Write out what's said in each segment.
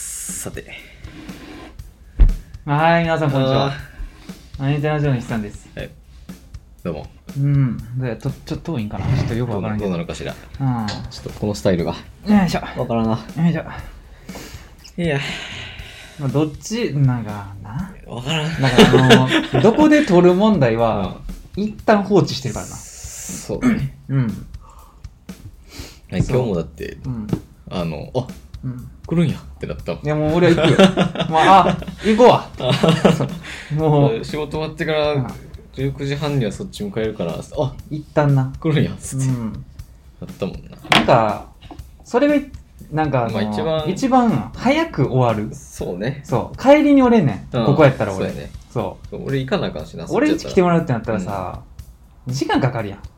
さて。はい、皆さんこんにちはあ。アニタラジオの日さんです。ーはい。どうも。うん。でちょちょっと遠いんかなちょっとよくどわうからなんけどうど。なのうかしら。ん。ちょっとこのスタイルが。よいしょ。わからな。よいしょ。いや、まあ、どっち、なんか、な。わからん。だからあ の、どこで撮る問題はあ、一旦放置してるからな。そうだね。うん。はい今日もだって、うん。あの、あうん。来るんやってなったもんいや、もう俺は行くよ。 まあ、あ、行こうわ。もう、仕事終わってかうらん19時半にはそっち向かえるから、あ一旦な。来るんやっつうってん。なったもんな。なんか、それがい、なんかあの、まあ一番一番早く終わる。そうね。そう。帰りにおれんねん。うんここやったら俺。そうやねそ俺行かなあかんしな。う。俺んち来てももらうってなったらさ、時間かかるやん。うん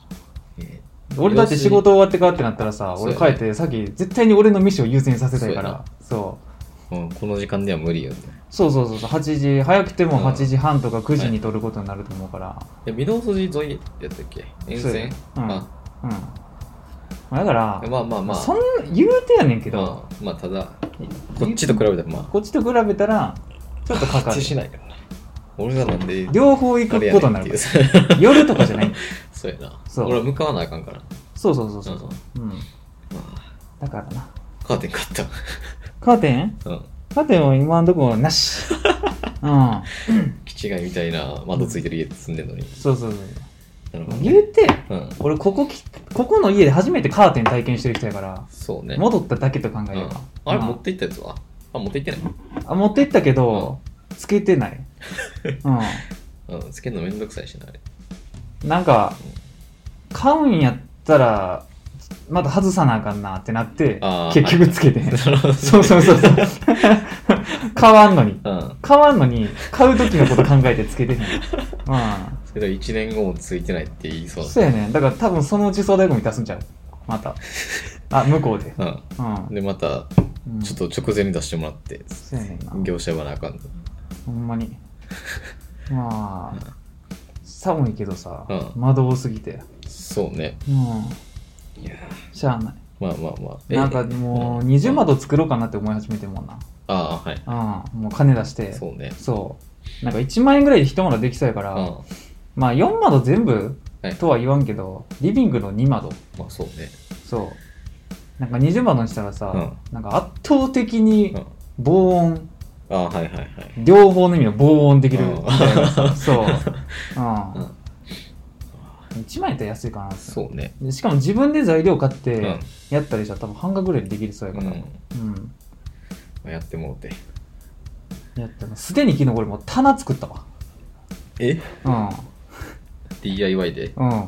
俺だって仕事終わってからってなったらさ、そう俺やね帰って、さっき絶対に俺の飯を優先させたいから。そううん、この時間では無理よね。そうそうそうそう。8時、早くてもうん8時半とか9時に取ることになると思うから。いや、御堂筋沿いやったっけ沿そうや線ねうんあうん。まあだから、まあまあまあ。そんな言うてやねんけど、まあ、まあただ、こっちと比べたらまあ、こっちと比べたら、ちょっとかか発る生。しないからな。俺がなんで、両方行あれくやことにねなんってるいかう。ら。夜とかじゃない。そうやな。そう俺は向かわなあかんから。まそうそうそうそう。うん。あだからな。カーテン買っカーテンた。うん。カーテンは今んとこな し。うん。キチガイみたいな窓ついてる家住んでんのに。そうそうそう。なるほどね言うて、うん。俺ここき、ここの家で初めてカーテン体験してる人やから、そうね。戻っただけと考うんえれば。あれうん持って行ったやつはあ、持って行ってないあ持って行ったけど、つけ てない。ううん。つけるのめんどくさいしな、あれ。ん。なんか、買うんやったら、また外さなあかんなってなってあ、ー結局つけて へん。なるほど。 そうそうそうそう。買わんのに。うん。買わんのに、買う時のこと考えてつけてへん。うん。それ1年後もついてないって言いそうそうやねだから多分そのうち総大ゴミ出すんちゃう またあ向こうでな。うん。うんでまたうんちょっと直前に出してもらって、そうやねんな業者はなあかんとほんまにまあ寒いけどさ、う窓多すぎてそうねうんいやしゃあないまあまあまあえなんかもううん二重窓作ろうかなって思い始めてるもんなああはいうんもう金出してそうねそうなんか1万円ぐらいで一窓できそうやから、ああまあ4窓全部はいとは言わんけど、リビングの2窓まあそうねそうなんか20窓にしたらさ、うんなんか圧倒的にうん防音ああはいはいはい両方の意味の防音できるみたいな、 うんそう、うん、うん1万円やったら安いかなってそうねでしかも自分で材料買っうんてやったりしたら多分半額ぐらいでできるそうやうかんまら、うんあやってもうてやったらすでに昨日これもう棚作ったわえう DIY でんうん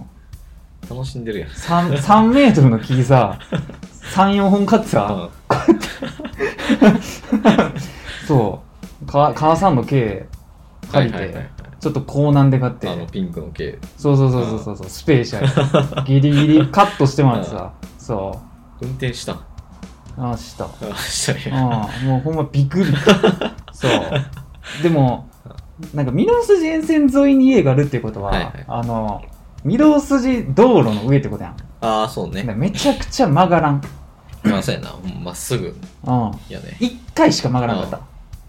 楽しんでるやん 3, 3メートルの 木さ34本買ってさ、そうか母さんの計うん借りて、はいはいはいちょっと高難で買ってあのピンクの系そうそうそうそうそうそうスペーシャ ルギリギリカットしてもらってさそ運転したんあうあしたあ したねうんもうほんま ビクビクそうでもなんか御堂筋沿線沿いに家があるっていうことは、はいはいあの御堂筋道路の上ってことやんだああそうからねめちゃくちゃ曲がらん、まあそうやなほんままっすぐうん、やね1回しか曲がらんかった、う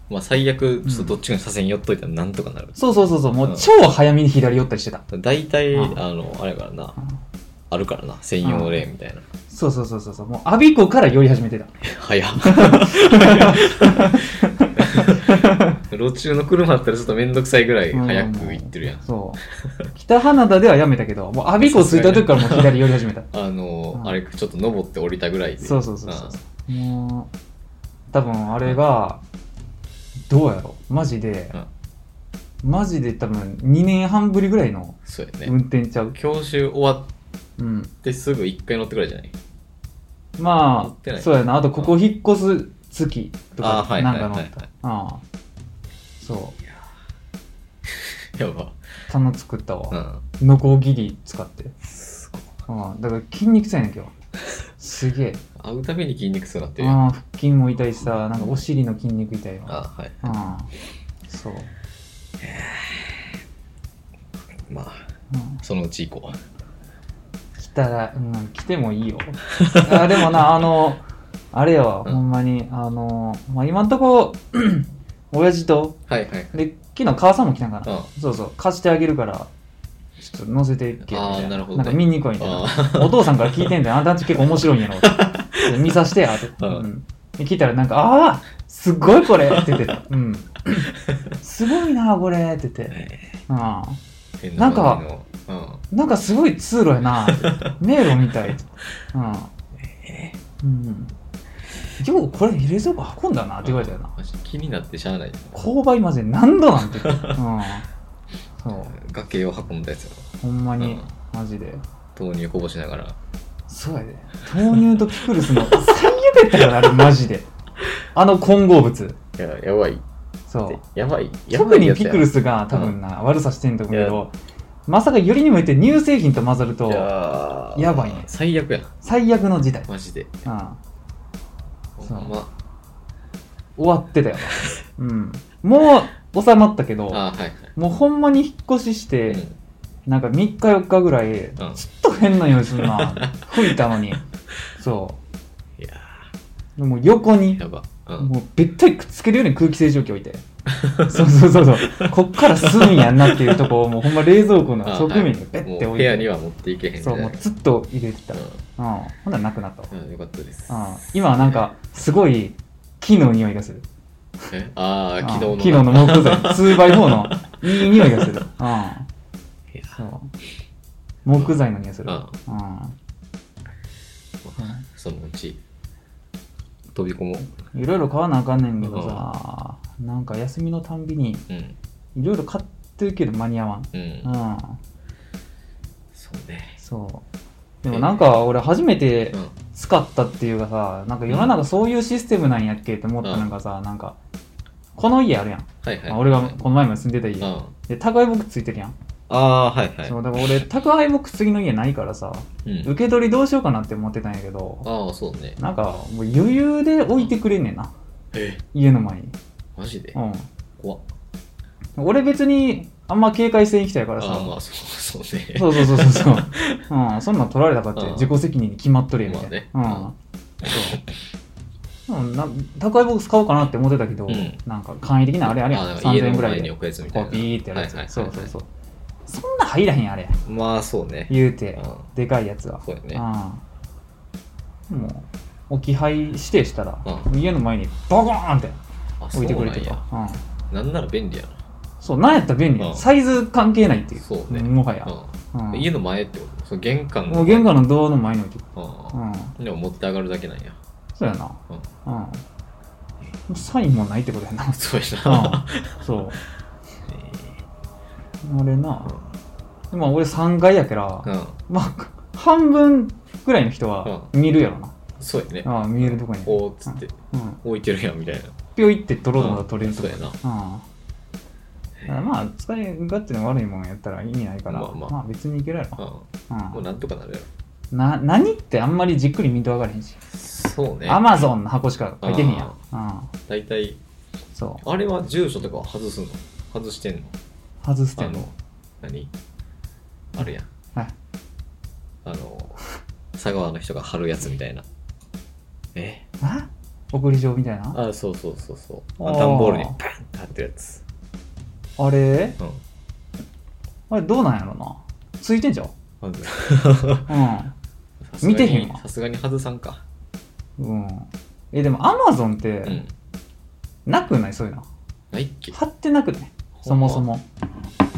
まあ最悪ちょっとどっちかに左遷寄っといたらなんとかなるそうそうそうそうもううん超早めに左寄ったりしてた、大体、うんあの、あれやからな、あるからな、専用レーンみたいな。そうそうそうそうそうもう我孫子から寄り始めてた早っ。 路中の車だったらちょっとめんどくさいぐらい早く行ってるやん。そう。北花田ではやめたけど、もう阿鼻子着いた時からもう左寄り始めた。あの、うんあれ、ちょっと登って降りたぐらいで。そうそうそうそう。もう、多分あれが、どうやろマジでうん、マジで多分2年半ぶりぐらいのんそうや運ね。転ちゃう。教習終わうん。ってすぐ一回乗ってぐらいじゃない乗まってなあ、いそうやな。あと、ここ引っ越す月とあかは、いなんはかいのはいはい。ああ。そやば。う。棚作ったうわ。ん。ノコギリ使って。すごいうん。だから筋肉痛やねん、今日。すげえ。会うたびに筋肉痛なってるやん。ああ腹筋も痛いしさなんかお尻の筋肉痛いわあはい。あそう、まあ、うん、そのうち行こう。 来たら、うん、来てもいいよあでもなあのあれやわ、うんほんまに。あの、まあ、今んとこ、 親父と、はいはい。で、昨日母さんも来たんかな。あそうそう、貸してあげるから、ちょっと乗せていけ、みあーたいな。なるほどなねんか見に来い、みたいな。あお父さんから聞いてんだよ。あんたんち結構面白いんやろ。 で見させてや、と。うんうんで聞いたらなんか、ああすっごいこれって言ってた。 うん。すごいな、これって言って。ーう なんか、変な感ん。なんかすごい通路 やな。迷路みたい。うん。うん。ようこれ冷蔵庫運んだなってじのうん言われたよな。マジ気になってしゃあない。購買まで何度 なんて言ってた。うん。そう。崖を運んだやつをほんまにうん、マジで。豆乳こぼしながら。そうやで。豆乳とピクルスの最悪やったから、あれマジで。あの混合物。いや、やばい。そう。やばい。やば特いにやつピやクルスが多分な、悪さしてんと思うけど、まさかよりにもよって乳製品と混ざるいと、やーやばいね最悪や。最悪の事態。マジで。うん。そほうんま。終わって たよな。うん。もう、収まったけど、あーはいもうほんまに引っ越ししはい。てう、んなんか3日4日ぐらい、ちょうっんと変な匂いす るな。吹いたのに。そいやう。でも横にー、やば。うん。もうべったりくっつけるように空気清浄機置いてそうそうそ うそうこっから吸うんやんなっていうとこをもうほんま冷蔵庫のあ側面にはべいっもてう置い部屋てには持っていけへんみたそいうなもう。ずっと入れてたうんほんならなくなったわうんうんよかったです。うん今はなんかすごい木の匂いがするえああ、うん昨日のな。木の木材 2x4 のいい匂いがするうんいやそう木材の匂いするううんんそのうち、飛び込もう。いろいろ買わなあかんねんけどさなんか休みのたんびにうん。いろいろ買ってるけど間に合わんうんう。んそうね。そう。でもなんか俺初めてうん。使ったっていうかさ、なんか世の中そういうシステムなんやっけって思ったうんなんかさ、なんか、この家あるやん。はいはい。まあ俺がうん。この前も住んでた家。あで、宅配ボックスついてるやん。あー、はいそはう、だから俺宅配ボックス次の家ないからさ、い。うん。受け取りどうしようかなって思ってたんやけど、ああ、そうね。なんかもう余裕で置いてくれんねんな。え家の前に。マジでうん。怖っ。俺別にあんま警戒せん人やからあさあ、、まあ、そうそう ね。そうそうそうそう そう。うん、そんなん取られたかってうん自己責任に決まっとるやんみたいな。まあねうん。そう。うん、な宅配ボックス買おうかなって思ってたけど、うんなんか簡易的なあれあれやん。あーなんか3000家円のぐら前いにで。置くやつみたこいな。うビーってやるやつ。はいはいそうはいはいそうそう。そんな入らへんあれ。まあ、そうね。言うて、うんでかいやつは。そうやね。うん。もう、置き配指定したら、う家の前にボコーンってあ、そう置いてくれなてんた。や。うん。なんなら便利やな。そう、なんやったら便利や。うんんサイズ関係ないっていう。そうねんもはや。うんうん家の前ってことその玄関の。もう玄関のドアの前に置いてくる。う。うんん。でも持って上がるだけなんや。そうやな。うん。うん。もうサインもないってことや な。そうやな。うん。そう。俺な、まあ俺3階やから、うん。うんまあ半分ぐらいの人は見るやろな。そうやね。ああ、見えるとこに。おーっつってうん。置いてるやんみたいな。ぴょいって取ろうと思ったら取れるとそうこやや。な。うん。だからまあ、使い勝手の悪いもんやったら意味ないから、まあまあ別にいけるやろ。ううん。ん。 もうんなんとかなるやろ。な、何ってあんまりじっくり見てわからへんし。そうね。アマゾンの箱しか書いてへんやん。うん。大体、そあれは住所とかは外すの外してんのう。外すてあんのの。、何あるやん。はい。あの、佐川の人が貼るやつみたいな。えあ送り状みたいなあ、そうそうそうそう。ああー段ボールにパンって貼ってるやつ。あれうん。あれどうなんやろなついてんじゃんま ずうん見てへんわさすがに外さんか。うん、うん、えでもアマゾンっうてん。なくないそういうのないっけ貼ってなくないそもそも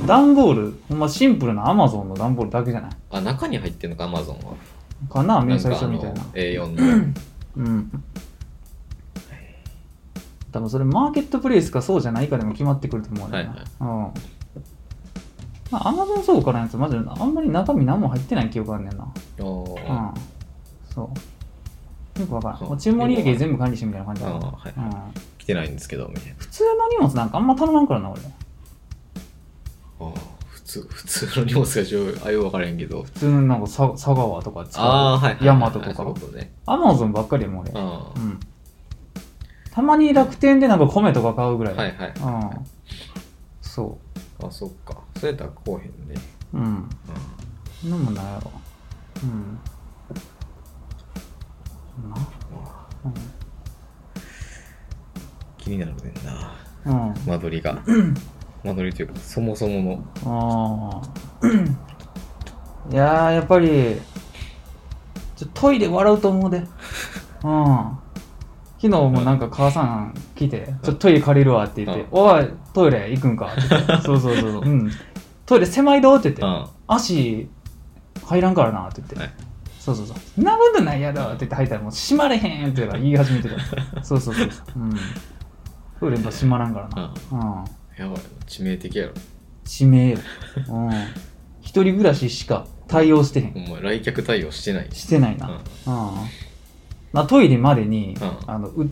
段ボールほんまシンプルなアマゾンの段ボールだけじゃないあ、中に入ってんのか、アマゾンは。かな明細んか書あみのたいな A4 の。うん多分それマーケットプレイスかそうじゃないかでも決まってくると思うんだよな、はいうんまあ、アマゾン倉庫のやつ、まずあんまり中身何も入ってない記憶あんねんな。おーうんそう。よくわからん。そうもう注文履歴全部管理してみたいな感じだなあーはいうん来てないんですけど、みたいな。普通の荷物なんかあんま頼まんからな、俺。あー普通、普通の荷物がしょあ、よう分からへんけど。普通のなんかさ佐川とか使ああ、はいはい。ヤマトとかそういうことね。アマゾンばっかりやもん、俺。あうーん。たまに楽天でなんか米とか買うぐらい。はいはい。うん。そあ、そっか。そうやったらこうへんね。う。うん。うなんもないやろ。うん。な。んまあ気になるねんなうん。うん。間取りが間取りというかそもそものああ。いやー、やっぱり、ちょトイレ笑うと思うで。うん。昨日もなんか母さん来て、ちょっとトイレ借りるわって言って、うんおい、トイレ行くんかって言って、そうそうそうそう、うん。トイレ狭いどって言って、あ足入らんからなって言って、はいそうそうそうそんなことないやろって言って入ったらもう閉まれへんって言い始 めてたそうそうそうそう、うん、トイレも閉まらんからな、あうん、やばい致命的やろ閉めよ、うん、一人暮らししか対応してへんお前来客対応してないしてないうな、んうんまあ、トイレまでに、うんあのう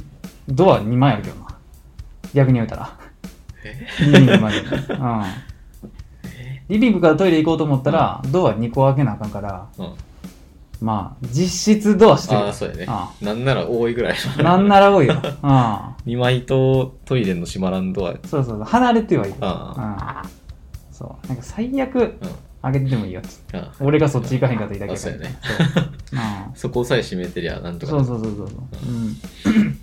ドア2枚あるけどな逆に言うたらえリビングまで、うん、リビングからトイレ行こうと思ったら、ドア2個開けなあかんからうんまあ、実質ドアしてる。ああそうやねあなんなら多いぐらいあなんなら多い よ。あ2枚とトイレの閉まらんドアそうそうそう、離れてはいる。あうんそう。なんか最悪、ああげてでもいいよっつって。うんああ俺がそっち行かへんかったらいいだけあそうやねね。そこさえ閉めてりゃなんうとんかそうそう そうそうそう。うん。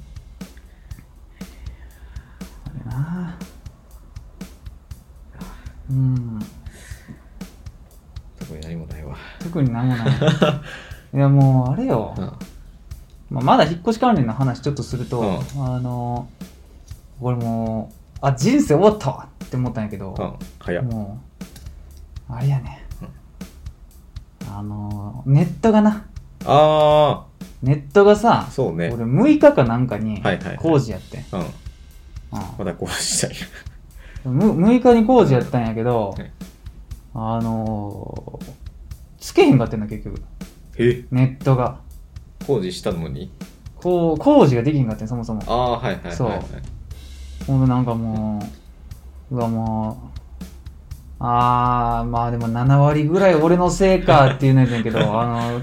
あれなうん。特に何もないわ特になんもない。いや、もう、あれ よ。うんまあ、まだ引っ越し関連の話ちょっとすると、うあの俺もうあ人生終わったわって思ったんやけど、うん早っもうあれやね、あのネットがなあネットがさあ、そうね俺6日かなんかにはいはいはい工事やってん、うんうまだこうしたいんむ6日に工事やったんやけど、はいあのつけへんかってんな結局えネットが工事したのにこう工事ができへんかってんそもそもああはいはいはいそうはいほんとなんかもう、うわもう、あー、まあでも7割ぐらい俺のせいかっていうのやつやけど、 あの、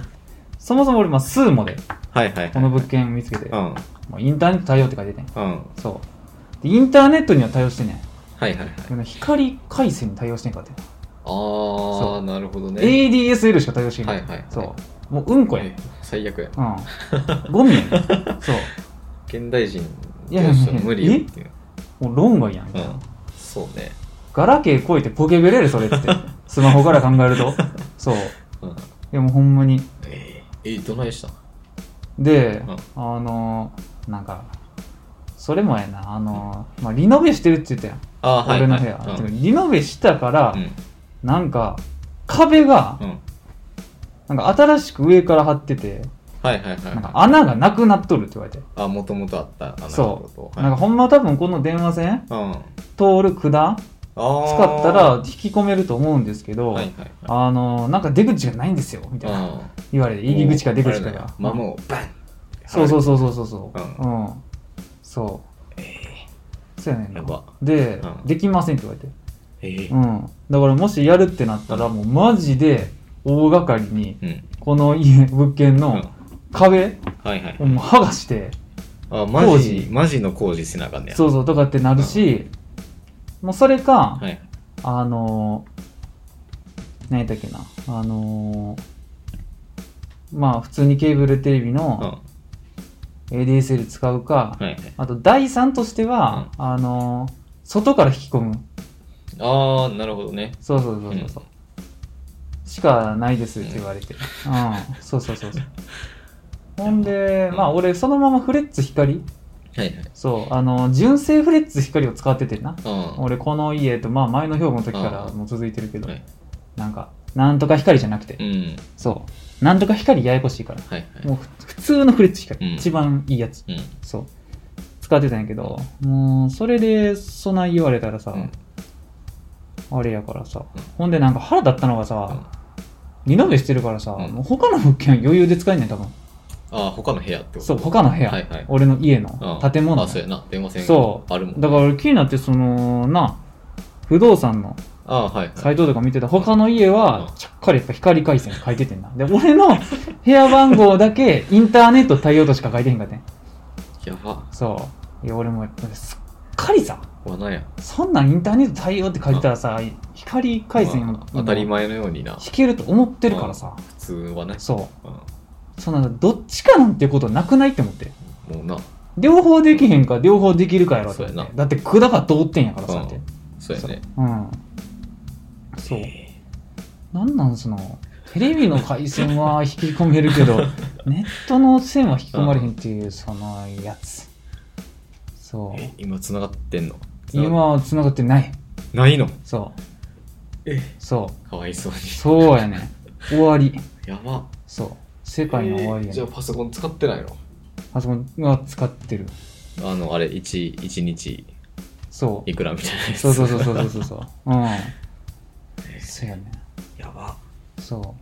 そもそも俺、まあ、スーモで、はいはいはいこの物件見つけて、うんもうインターネット対応って書いててん。うんそう。で、インターネットには対応してんねん。はいはいはいでも光回線に対応してんかってあん。あなるほどね ADSL しか対応してんかはっいてんはいはいそう。もう、うんこやねん。え最悪やうん。ゴミ やねん。そう。現代人いやどうしたら無理よっていうもう論外やん。みうたいなんそうねガラケー超えてポケベレるそれっつって。スマホから考えると。そう。うんいやもうほんまに。えーえどないしたで、うんあのー、なんか、それもやな、あのー、まあ、リノベしてるって言ったやん。ああはい俺はのい部う屋。んでもリノベしたから、うんなんか、壁が、うんなんか新しく上から張ってて、はいはいはいなんはかい穴がなくなっとるって言われて。あもともとあった穴のことなんかはいほんま多分この電話線うん通る管あー使ったら引き込めると思うんですけど、はいはいはいあのー、なんか出口がないんですよ、みたいな。うん言われて、入り口か出口もうかあれだがよ。まあもうバンそうそうそうそうそうそうう。うん。そう。そうやねんなやばでう、んできませんって言われて。えーうん。だからもしやるってなったら、もうマジで大掛かりに、うんこの家、物件うんの壁はいはいをもう剥がして、あマジマジの工事せなあかんねやそうそうとかってなるし、もうそれか、はいあのー、何やったっけな、あのー、まあ普通にケーブルテレビうんのは ADSL 使うか、いはいあと第3としては、あのー外から引き込むああなるほどねそうそうそうそう、しかないですって言われてうん、そうそうそうそうほんでうんまあ俺そのままフレッツ光はいはいそうあのー純正フレッツ光を使っててんなうん俺この家とまあ前の兵庫の時からうんもう続いてるけど、はいなんかなんとか光じゃなくて、うんそうなんとか光ややこしいからはいはいもうふ普通のフレッツ光、うん一番いいやつうんそう使ってたんやけどもうそれでそない言われたらさ、うんあれやからさ、うんほんでなんか腹立ったのがさ、リノベしてるからさ、うんもう他の物件は余裕で使えんねん多分ああ他の部屋ってことそう他の部屋、はいはい俺の家のうん建物、あそうやな電話線そうあるもんだから俺気になってそのな不動産のああはいはサいイトとか見てた他の家うはんちゃっかりやっぱ光回線書いててんなで俺の部屋番号だ けインターネット対応としか書いてへんかってんやばそういや俺もやっぱりすっかりさ罠やそんなんインターネット対応って書いてたらさ光回線まもあ当たり前のようにな引けると思ってるからさ普通はねそううんそんなどっちかなんてことなくないって思って。もうな両方できへんか両方できるかやろってそうやなだって管が通ってんやからさってそうやねうんそうなんなんそのテレビの回線は引き込める けどネットの線は引き込まれへんっていうそのやつそうえ今繋がってんの繋がっ今は繋がってないないのそうえそかわいそうにうそうやね終わりやばそう世界の終わえーりやじゃあねパソコン使ってないのパソコンは使ってるあのあれ 1, 1日そういくらみたいなやつそうそうそうそうそうそうそう。うん。そうやね。 やば、そ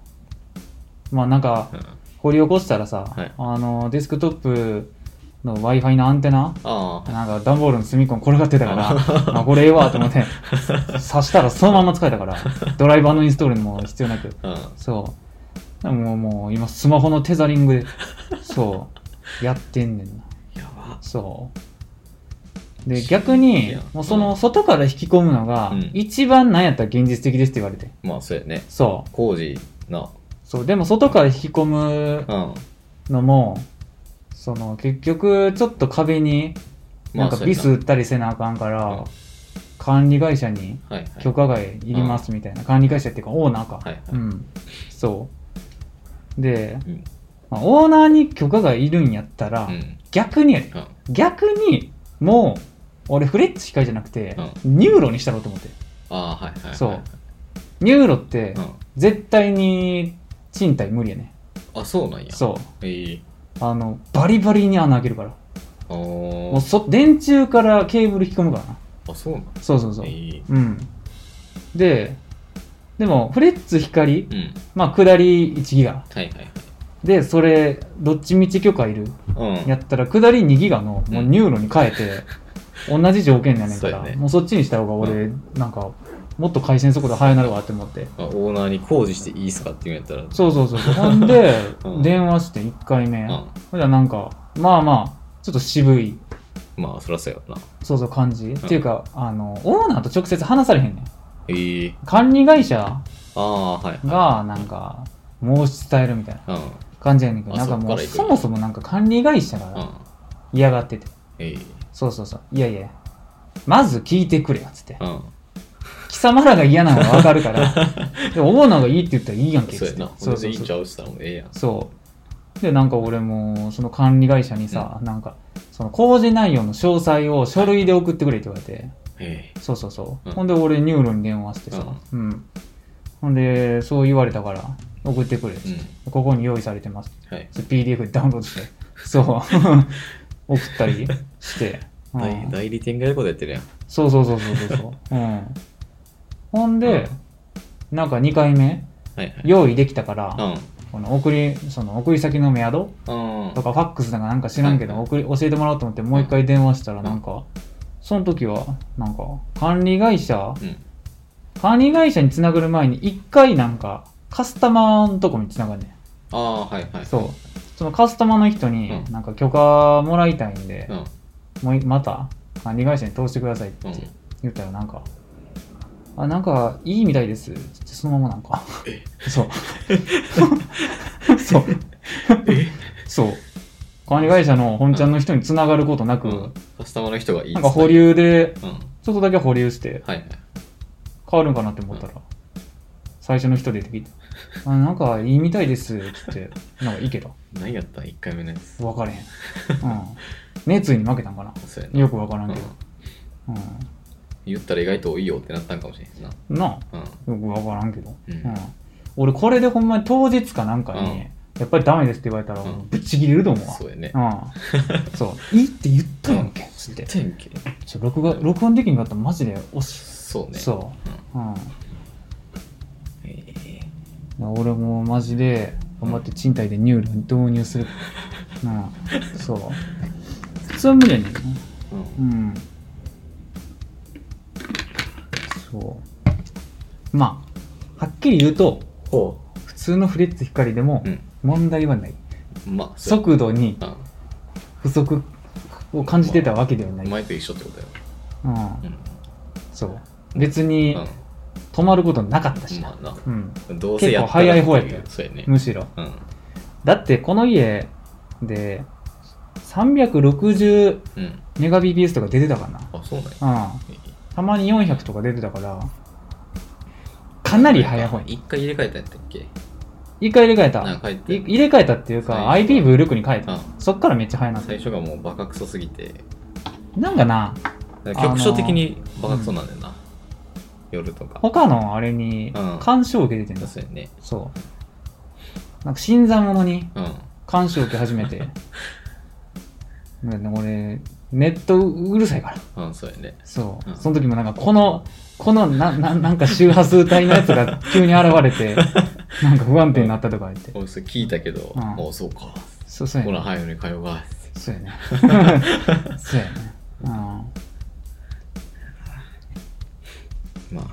う。まあなんかうん、あ掘り起こしたらさ、はいあのデスクトップの Wi-Fi のアンテナあなんか段ボールの隅っこに転がってたかあ ら、あこれええわと思って、刺したらそのまま使えた から、ドライバーのインストールにも必要なく。うんそう。でももうもう今スマホのテザリングで、そう、やってんねんな。やばそう。で、逆にや、もうその外から引き込むのがうん、一番なんやったら現実的ですって言われて。まあそうやねそう。工事なそう。でも外から引き込むうんのも、その結局ちょっと壁になんかそうやビス打ったりせなあかんかうんら、管理会社にはいはい許可外いりますみたいな。管理会社っていうかオーナーかはいはい。うん。そう。で、うんまあオーナーに許可がいるんやったらう、ん逆にやでうん逆にもう俺フレッツ機械じゃなくて、ニューロにしたろうと思ってああはいはいはいそうニューロってうん絶対に賃貸無理やねあそうなんやうそええうあのバリバリに穴開けるからあもうーそ電柱からケーブル引き込むからなあそうなんそうそうそう、ええうんででもフレッツ光うんまあ下り1ギガはいはいでそれどっちみち許可いるはいうんやったら下り2ギガのもうニューロに変 えて、同じ条件やねんかそうら、やねもうそっちにした方が俺、うなんかもっと回線速度速なるわって思ってあオーナーに工事していいっすかって言うんやったらそうそうそうそうほんで、 うん電話して1回目、うほんんじゃなんかまあまあちょっと渋いまあそらそうやろなそうそう感じ、っていうかあのオーナーと直接話されへんねんええ管理会社ああはいがなんか申し伝えるみたいなうん感じやねんけどあなんかもうそっから行くそもそもなんか管理会社うがん嫌がってて、ええそうそうそういやいやまず聞いてくれよっつってうん貴様らが嫌なのはわかる から、でもオーナーがいいって言ったらいいやんけ。そうやなそう別そうにいいんちそゃう。うしたらもうええやんそうで、なんか俺も、その管理会社にさ、なんか、その工事内容の詳細を書類で送ってくれって言われて、えそうそうそう。うんほんで俺ニューロに電話してさ、うん。ほんで、そう言われたから、送ってくれっつって、えここに用意されてます。うんはいそれ PDF でダウンロー ドして、そう。 送ったり して。うん代代理店がやることやってるやんそうそうそうそうそうそ う。うん。ほんで、なんか2回目、はいはい用意できたから、うんこの送り、その送り先のメアドうんとかファックスなんかなんか知らんけうんど、送り、教えてもらおうと思ってもう一回電話したらんなんか、その時は、なんか、管理会社、うん管理会社につなぐる前に一回なんか、カスタマーのとこにつながんねああはいはいん。そう。そのカスタマーの人にう、んなんか許可もらいたいんでう、んもういまた管理会社に通してくださいってうん言ったらなんか、あ、なんかいいみたいです。そのままなんか。 そう。そう。そう。管理会社の本ちゃんの人に繋がることなく、うんカスタマーの人がいいっつなっんてか保留で、うんはいちょっとだけ保留してはい変わるんかなって思ったら、最初の人出てきて、あ、なんかいいみたいですって言って、なんかいけた。何やったん1回目のやつ分かれへん。うん。熱意に負けたんかな。そうやなよく分からんけうどん。言ったら意外といいよってなったんかもしれんなうん。なあ。うんよく分からんけど、うん俺これでほんまに当日かなんかに、うんやっぱりダメですって言われたらうんぶっちぎれると思うわ、そうやねうんそういいって言ったやんけつって天気ちょ録画録音できんかったらマジで惜しそうい、ねそうう、うん、んええ俺もマジで頑張って賃貸でニューロに導入する、 うん、そう普通は無理やねんなうんうんそうまあはっきり言うとほ普通のフレッツ光でもうん問題はない、まあそうや速度にな不足を感じてたわけではなうい、ん前と一緒ってことやろうん、うんそう別にう止まることなかったしんな、まあなうん、どうせやったら結構早い方やったよそうやねむしろうんだってこの家で360うん。メガ BPS とか出てたかなあ、そうなんや。うんたまに400とか出てたからかなり早ほほうい一回入れ替えたやったっけ一回入れ替えたなんか入っいて。入れ替えたっていうか最初 IP ブルクに変えたあそっからめっちゃ早なった最初がもうバカクソすぎて、なんかな局所的にバカクソなんだよな。夜とか。他のあれにうん干渉を受けててんだそうやね。そうなんか新参者にうん。干渉を受け始め てなんかね俺ネットうるさいからうん、そうやね。そう、うんその時もなんかこのこのなななんか周波数帯のやつ が急に現れてなんか不安定になったとか言って、俺、それ聞いたけど、うんもうそうか。そうそうやほねら、早めに通うが。そうやね そうやねうんまあ、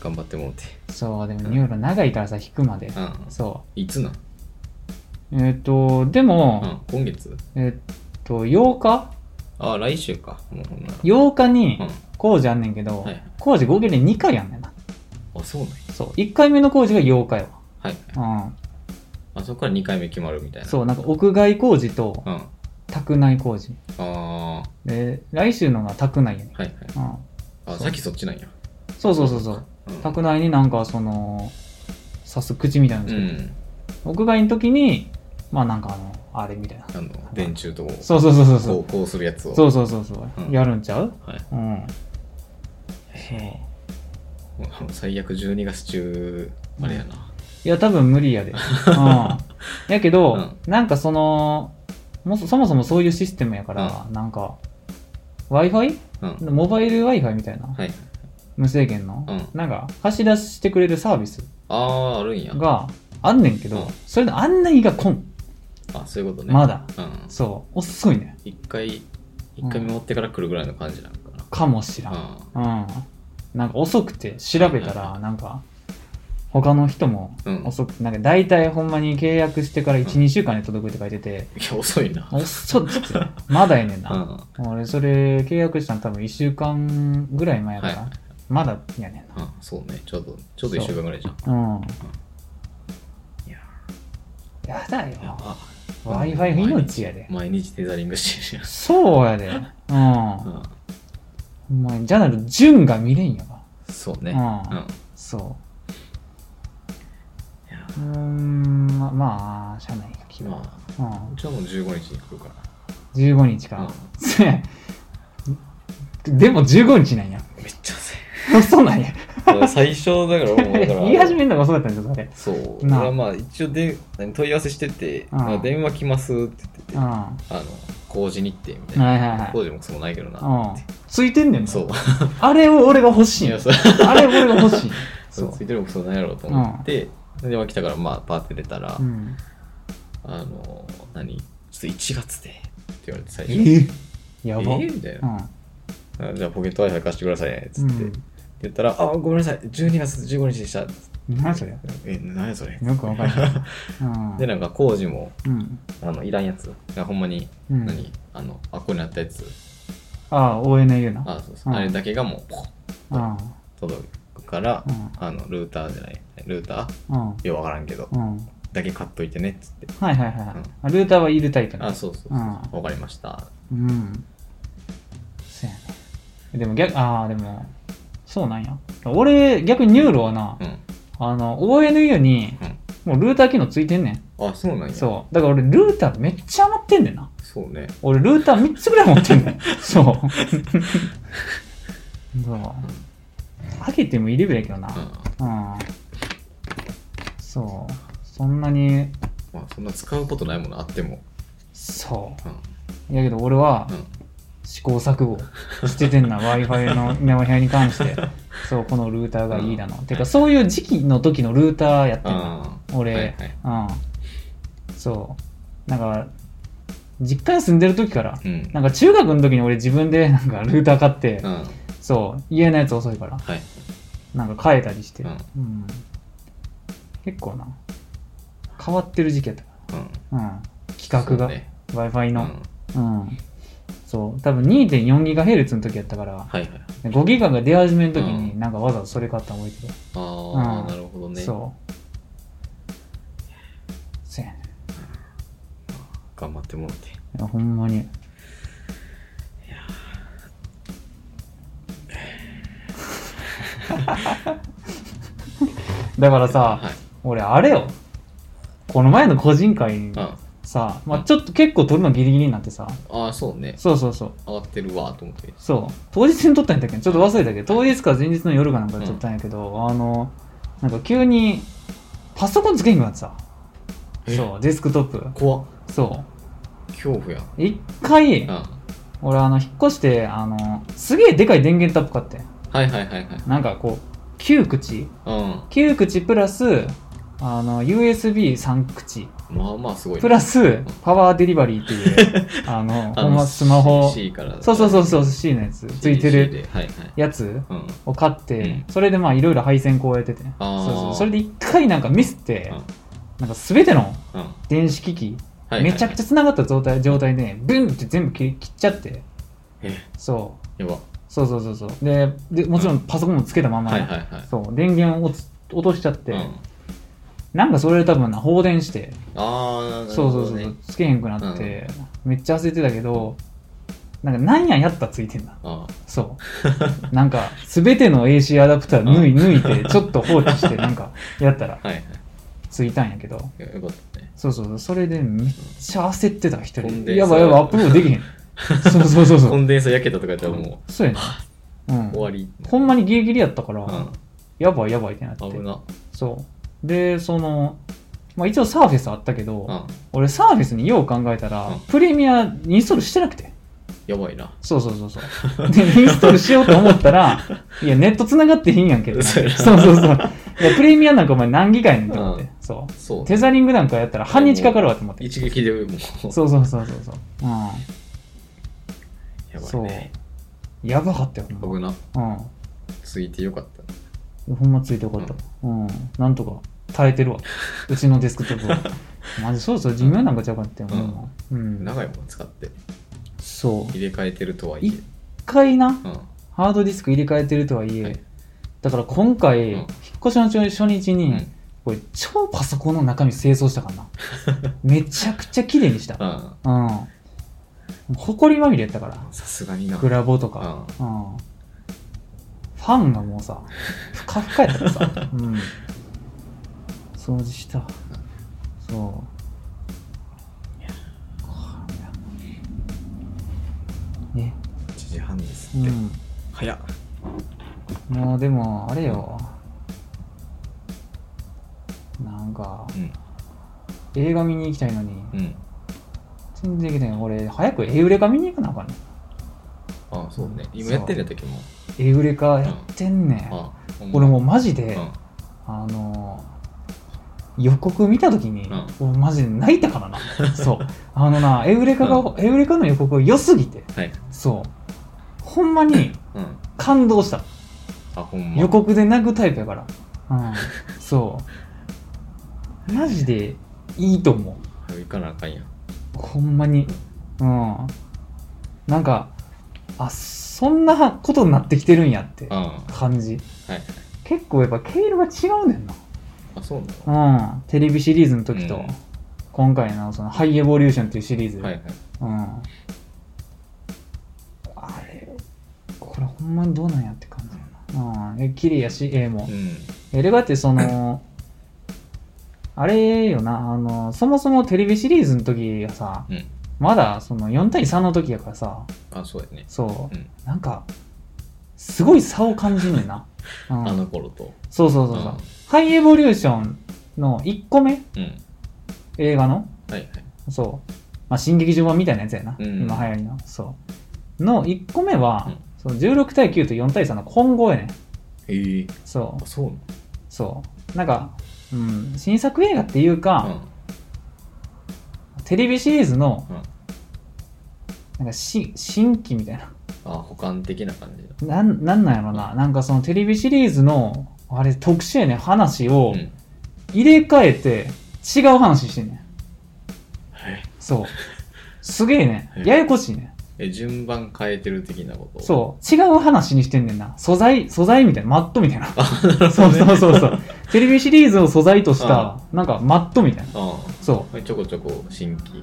頑張ってもうて。そうでもニューロ長いからさ引くまで、うん。そいつなんうえっ、とでうも、ん、今月えっ、と8日あ、来週か。もうほんなら。 8日にうん工事あんねんけど、はい工事合計で2回やんねんなあ、そうなんや。そう1回目の工事が8日やはい。わあそこから2回目決まるみたいうんな。そうなんか屋外工事とうん。あ宅内工事あー、はで来週のが宅内やねいはい。ん、うんあ、そうさっきそっちなんや。そうそうそうそう。うん。宅内になんかその刺す口みたいなのうつけてん。屋外の時にまあなんかあのあれみたいなあの、電柱とこう、そうそうそうそうそこううこうするやつを。そうそうそうそう、うんやるんちゃうはい。うんそうもうあの最悪12月中、あれやな。いや多分無理 やで、うん、やけど、うなんかそのもそそもそもそういうシステムやから、なんか w i f i うん。はいモバイル w i f i みたいな、はい。無制限の、うんなんか貸し出してくれるサービスあー、あるんや。があんねんけど、うんそれの案内がこんあ、そういうことね。まだうん。そう遅いね一回、一回持ってから来るぐらいの感じなんかかもしらんな。うん。なんか遅くて調べたら、なんか、他の人もうん遅くて、なんか大体ほんまに契約してから1、うん2週間で届くって書いてて、うん。いや、遅いな。遅っつって、まだやねんうな。ん。俺、それ契約したの多分1週間ぐらい前やから、はいまだやねんあ、そうね。ちょうど、ちょうど1週間ぐらいじゃん。な。うん。いややだよ。やば Wi-Fi 命やで。毎日テザリングしてるそうやで。うん。やん。うん。お前、じゃなく、順が見れんやわ。そうね。うんうん。そいやう。うーん、ままあ、しゃあないか、気まは。あ、うん。うちはもう15日に来るから。 15日か。う でも15日なんや。 んめっちゃ遅い。そうなんや。だから最初だからもうだから 言い始めるのがそうだったんですよ、それ。そうなあだからまあ一応で何問い合わせしてて「うんまあ電話来ます」って言ってて「うん。あはの工事日程」みたいいなはい「は工事もくそもないけどな」っい。うてん。ついてんねんなそうあれを俺が欲いしい。やあそうれ俺が欲しい。そ そううつ。いてるもくそもないやろうと思って電話来たからまあパーって出たら「うん。あの何ちょっと1月で」って言われて最初えやば。えみたいうな。あじゃあポケット Wi-Fi 貸してくださいね。つん。っうて。んって。言ったら、あ、ごめんなさい。12月15日でした。何それ。よえ、何やそれ。くわ かんない。うんで、なんか工事も、うん。あの、いらんやつ。がほんまに、うん。何、あの、あっこにあったやつ。ああ、ONU な。あ、そうそう。うんあれだけがもう、ポコッうん。届くから、うんあの、ルーターじゃない。ルーターうん。ようわからんけど、うん。だけ買っといてね。つって。はいはいはいはい。あルーターはいるタイプなあ、そうそうそう。うんわかりました。うん。そうやね。でも逆、ああ、でも、そうなんや。俺、逆にニューロはなう、ん。あの、ONU に、もうルーター機能ついてんねうん。あ、そうなんや。ん。そう。だから俺、ルーターめっちゃ余ってんねんな。そうね。俺、ルーター3つぐらい持って んねん。そう。そう。開けても入れるやけどな。うん。うん。そう。そんなに、まあ、そんな使うことないものあっても。そうん。う。やけど俺は、うん。試行錯誤してて んな w i f i のメモ部屋に関してそうこのルーターがいいだの、うんてかそういう時期の時のルーターやってんなあー俺、はいはい。うんそうなんか実家に住んでる時からうん。なんか中学の時に俺自分でなんかルーター買って、うん。そう家のやつ遅いからはい。なんか変えたりして、ううんん結構な変わってる時期やったかうん。ら、うん、規格が、そうね w i f i うん。の、はいうん、そう多分 2.4GHz の時やったからはいはい。 5ギガが出始めの時に、うなんかわざわざそれ買ったの覚えてるあうんあ、なるほどね。そうせやね頑張ってもらって。いやほんまに だから さ、はい俺あれよこの前の個人会あさ、まあ、ちょっと結構撮るのギリギリになってさあそうねそうそうそう上がってるわと思ってそう当日に撮ったんだっけどちょっと忘れたけど当日か前日の夜かなんかで撮ったんやけど、あのなんか急にパソコンつけんくなってさえそうデスクトッ怖っプそ恐怖やんう一回あ俺あの引っ越してあのすげえでかい電源タップ買ってはいはいはいはいなんかこう9口うん9口プラスあの USB3 口まあまあすごいプラスパワーデリバリーっ ていうあのほんまスマホ C からそうそうそうそうう C のやつついてるはいはいやつうんを買って、うんそれでまあいろいろ配線こうやっててそうあーそうそれで一回なんかミスって、なんか全てのうんうん電子機器、はいめちゃくちゃ繋がった状態状態でブンって全部切り切っちゃってえそうゃやばそうそうそうそうででもちろんパソコンもつけたまま、はいはいはいそう電源を落つ落としちゃって、うんなんかそれで多分な放電してああそうそうそう、つけへんくなって、めっちゃ焦ってたけどなんかなんややったらついてんだあそう なんか全ての AC アダプター脱い脱いでちょっと放置してなんかやったらあはいはいついたんやけどよよかったねそうそうそうそれでめっちゃ焦ってた一コ人ンでデンサーやばいやばいアップロードできへんそうそうそうそコうンデンサー焼けたとかやったらもそうやねうう終んわりほんまにギリギリやったから、うやばいやばいってなってん危なそうでそのまあ一応サーフェスあったけど、うん俺サーフェスによう考えたら、うんプレミアインストールしてなくてやばいなそうそうそうそう。 で、インストールしようと思った ら、いや、ネット繋がってへんやんけど。そそううやそうそう。いや、プレミアなんかお前何ギガやねんと思って。うんそう。そうテザリングなんかやったら半日かかるわと思って。一撃でもうそうそうそうそうそう。やうん。ばいそうね。やばかったよ、ほん危なま。ついてよかったねうん。ほんまついてよかった。うん。なんとか耐えてるわ。うちのデスクトップ は。マジそうそう、寿命なんかちゃうかって思うわ。うん。長いもん使ってそう。入れ替えてるとはいえい一回な、うんハードディスク入れ替えてるとはいえ、はいだから今回、うん引っ越しの初日に、うんこれ超パソコンの中身清掃したからな めちゃくちゃ綺麗にしたうんうん埃まみれやったからさすがになグラボとうか、んうん、ファンがもうさふかふかやったからさ、 うん、掃除したそうこれね1時半ですうってん早っもうでもあれよなんかうん映画見に行きたいのにうん全然行けてない俺早くエウレカ見に行かなあかんねあそうね今やってるやったっけもうんエウレカやってんねんあほんま俺もうマジうでんああのー予告見た時に俺マジで泣いたから なそうあのなエウレカがエウレカの予告が良すぎてはいそうほんまにうん感動したあほんま予告で泣くタイプやから、 うん、そうマジでいいと思早く行かなあかんやんうほんまにうんなんかあそんなことになってきてるんやってうんは感じいはい結構やっぱ毛色が違うねんあそうなのなうんテレビシリーズの時と、うん今回のその「ハイエボリューション」っていうシリーズ、はいはいうんあれこれほんまにどうなんやって感じやなうんえ綺麗やし絵も、うんエレガってその、あれよな、あの、そもそもテレビシリーズの時がさ、うんまだその4対3の時やからさ、あそうやねそう、うんなんか、すごい差を感じんね んな。うあん、の頃とそうそうそうそう、ハイエボリューションの1個目、うんうん映画の、はいはいそう、まあ、新劇場版みたいなやつやな、うん今流行りの、そう。の1個目は、うんその16対9と4対3の混合やねん。へえそうあ、そうなそう。なんか、うん、新作映画っていうか、のテレビシリーズのうん、なんかし新規みたいな。うんあ補完的な感じだなん、なんなんやろな。なんかそのテレビシリーズの、あれ特殊やねん話をうん入れ替えて違う話してんねん。えそう。すげえねえん。ややこしいねえ順番変えてる的なことん。そう。違う話にしてんねんな。素材、素材みたいな。マットみたいな。そうねそう そうそう。テレビシリーズを素材とした、なんかマットみたいな。うあそあちょこちょこ新規う。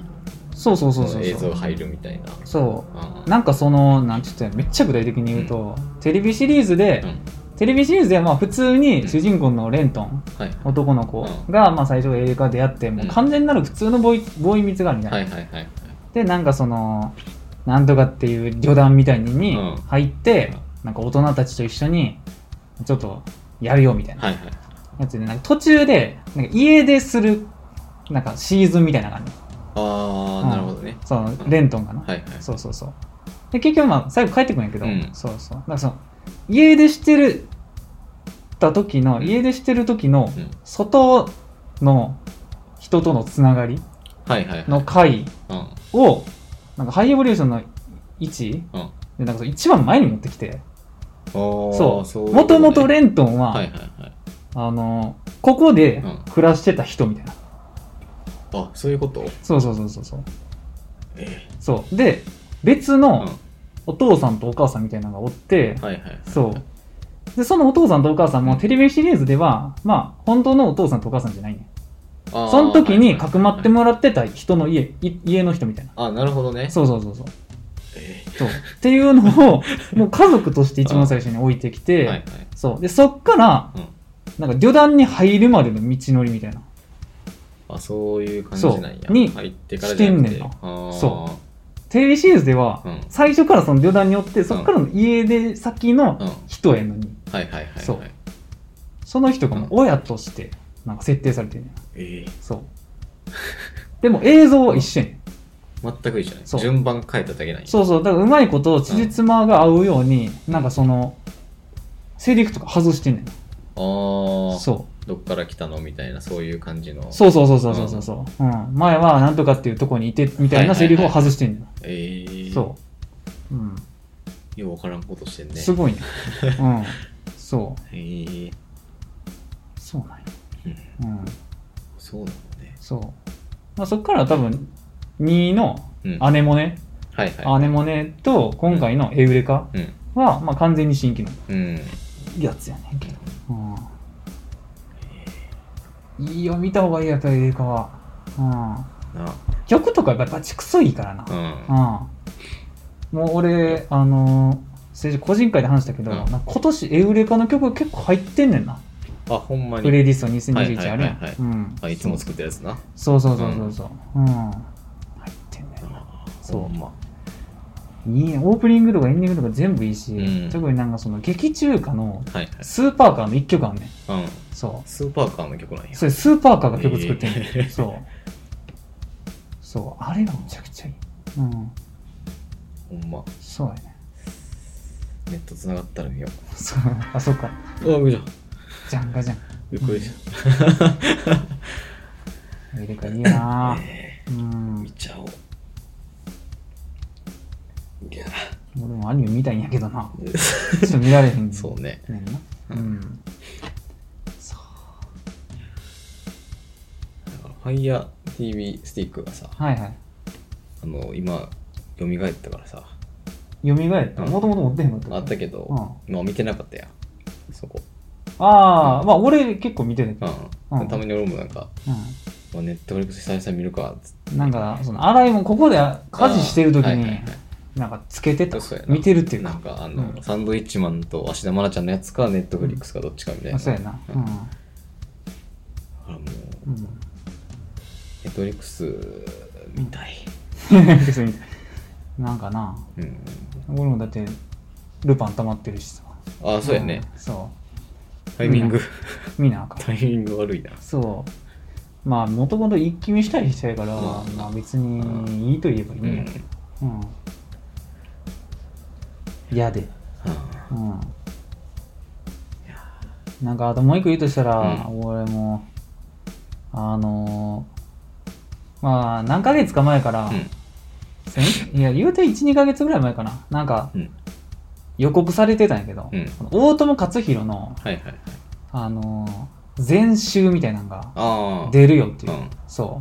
そうそうそうそそのう映そ像う入るみたいな。そあうなんかそのなんて言ったらいいのめっちゃ具体的に言うと、テレビシリーズで、うんテレビシリーズではまあ普通に主人公のレントン、ーはい男の子がまあ最初映画で出会ってもう完全なる普通のボーイボーイ蜜があるみたいな、はいはいはい。でなんかそのなんとかっていう旅団みたいにうん入って、なんか大人たちと一緒にちょっとやるよみたいなはいはい。やつでなんか途中でなんか家でするなんかシーズンみたいな感じあうんあ、なるほどね。そのレントンかな、はいはい。そうそうそうで結局まあ最後帰ってくるんやけど、うんそうそうなんかその家出してるた時の、うん家出してる時のうん外の人とのつながりはいはいはい。の回うん。をなんかハイエボリューションの1うん。でなんかその一番前に持ってきてそそうもともとレントンは、はいはいはい。あのここでうん暮らしてた人みたいな、あ、そういうことそうそうそうそうそうえそうで別え。うん。のはお父さんとお母さんみたいなのがおって、いはいはい。そうでそのお父さんとお母さんもテレビシリーズではまあ本当のお父さんとお母さんじゃないねあーその時はいにはいかくまってもらってた人の家い家の人みたいなあ、なるほどね。そうそうそうそうえそうっていうの をもう家族として一番最初に置いてきえて、はいはい。そうでそっからうん。なんか旅団に入るまでの道のりみたいなあ、そういう感じなんや。そうに入ってからじゃなくして。てんねんなああ。そテレビシリーズではうん最初からその旅団によってそこからの家出先のうん。はい人やのにはいはいはい。そうその人がもうう親としてなんか設定されてるねええ。そうでも映像は一緒やねん全く一緒ね。そう順番変えただけなんや。そうそうだからうまいことつじつまが合うようになんかそのセリフとか外してんねんああ。そどっから来たのみたいな、そういう感じの。うそうそうそうそうそうそうそう、うん、前はなんとかっていうとこにいてみたいなセリフを外してんねん、ええ。そう、うん、う。ようわからんことしてんね。すごいねうんそうええ。そうなんやうんうんそうなのね。そう。まあ、そこから多分、2のうん。アネモネ、はいはアネモネと今回のエウレカい。うん。は、まあ、完全に新規のうん。やつやねんけど。うん、いいよ、見た方がいいよやっぱりエウレカは。うん、な。曲とかやっぱりバチクソいいからなう。ん。うん、もう俺、あのー先週個人会で話したけど、うんなんか今年エウレカの曲結構入ってんねんな。あ、ほんまプに。レイリスト2021あるはいはいはやいはいんうん。あいつも作ってるやつな。そうそうそうそうそう。うん。入ってんだよな。そうほんま。いいねオープニングとかエンディングとか全部いいし、うん特になんかその劇中歌のはいはい。スーパーカーの一曲あんねうん。ん。そスーパーカーの曲なんう。やそ。れスーパーカーが曲作ってんねん。ええ そう。そう。あれがめちゃくちゃいい。うん。ほんま。そうやね。ネット繋がったら見よそう あ、そっか。う。あ、見た。ジャンガジャン。びっくりし入れ替えいいよた。なえうーん見。ちゃおう。いや、俺もアニメ見たいんやけど な。ちょっと見られへん。そうね。ねんな。うん。そう。ファイヤー TV スティックがさ、はいはい。あの、今、蘇ったからさ、蘇った。うんもともと持ってへんのあったけうど、ん。今見てなかったやん。そこ。ああ、まあ俺結構見てたけど。うん。たまに俺もなんか、うまあ、ネットフリックス久々に見るか、つってん。なんか、その、洗い物、ここで家事してる時はいはいには、いなんかつけてたそうや。な見てるっていうなかん。かあの、うんサンドウィッチマンと芦田愛菜ちゃんのやつかネットフリックスかどっちかみたいな、あそうやな。うんだからもううん。うん。ネットフリックスみたい 別になんかな、うん、俺もだって、ルパン溜まってるしさ。ああそうやね、ん。そタイミング、う。見なあかん。タイミング悪いなそう。まあ、もともと一気見したりしたいから、うんまあ別にいいと言えばいいうんやんけど。うん。嫌で。はうんなんかあともう一個言うとしたら、う俺もあのーまあ何ヶ月か前からあ、うんせんいや言うて12ヶ月ぐらい前かななんかうん予告されてたんやけど、うんこの大友克洋の、はいはいはいあのー全集みたいなのがああ出るよっていう、うんそ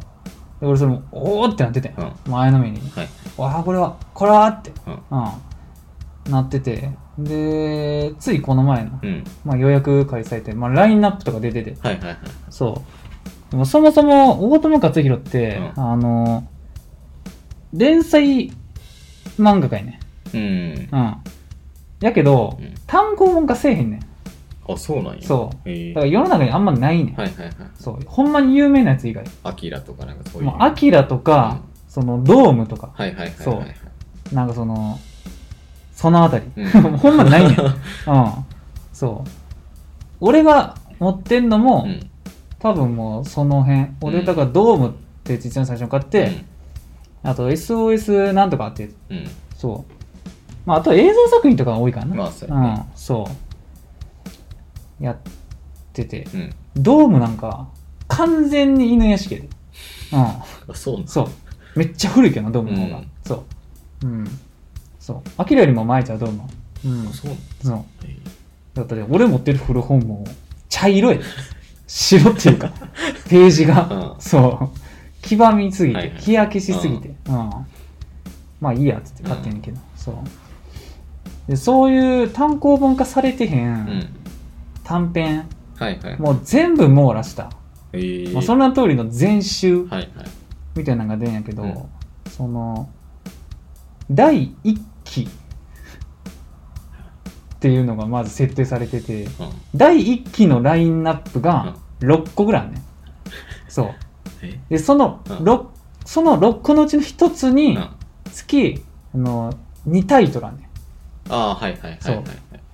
うで俺それもおおってなってて、う前のめりにはいわあこれはこれはって、うんうん、なっててでついこの前の、うんまあ、予約開催で、まあ、ラインナップとか出てて、はいはいはいそう。でもそもそも、大友克洋って、うあの、連載漫画かいね。うん。うん。やけどうん、単行本化せえへんねん。あ、そうなんや。。そうへえだから世の中にあんまないねん。はいはいはい。そう。ほんまに有名なやつ以外。アキラとかなんかそういう。もう、アキラとか、その、ドームとか、はいはいはいはい。そうなんかその、そのあたり。うんもう ほんまにないねん。うん。そう。俺が持ってんのも、うん。多分もうその辺。俺、だからドームって実は最初に買って、あと SOS なんとかって、うん、うん。そう。まあ、あと映像作品とかが多いからな。まあそううやねん、そう。やってて。うん。ドームなんか、完全に犬屋敷やで。うあ、そうなんん、そう。めっちゃ古いけどな、ドームの方が。うんそう。うん。そう。アキラよりも前じゃう、ドームは。うんあ、。そうなんそう。へえだって俺持ってる古本も茶色い。白って いうか、ページが、うんそう、黄ばみすぎて、はいはい日焼けしすぎて、うんまあいいやっつって買ってんねんけど、そうで。そういう単行本化されてへん、うん。短編、はいはい。もう全部網羅した。へえもうその通りの全は集いはい。みたいなのが出んやけど、うんその、第1期っていうのがまず設定されてて、うん。第1期のラインナップが6個ぐらいあんねんそうえでそのうん 6,、その6個のうちの1つうにん。あ月あの2タイトルあんねあ、はいはいはいはいはい。ん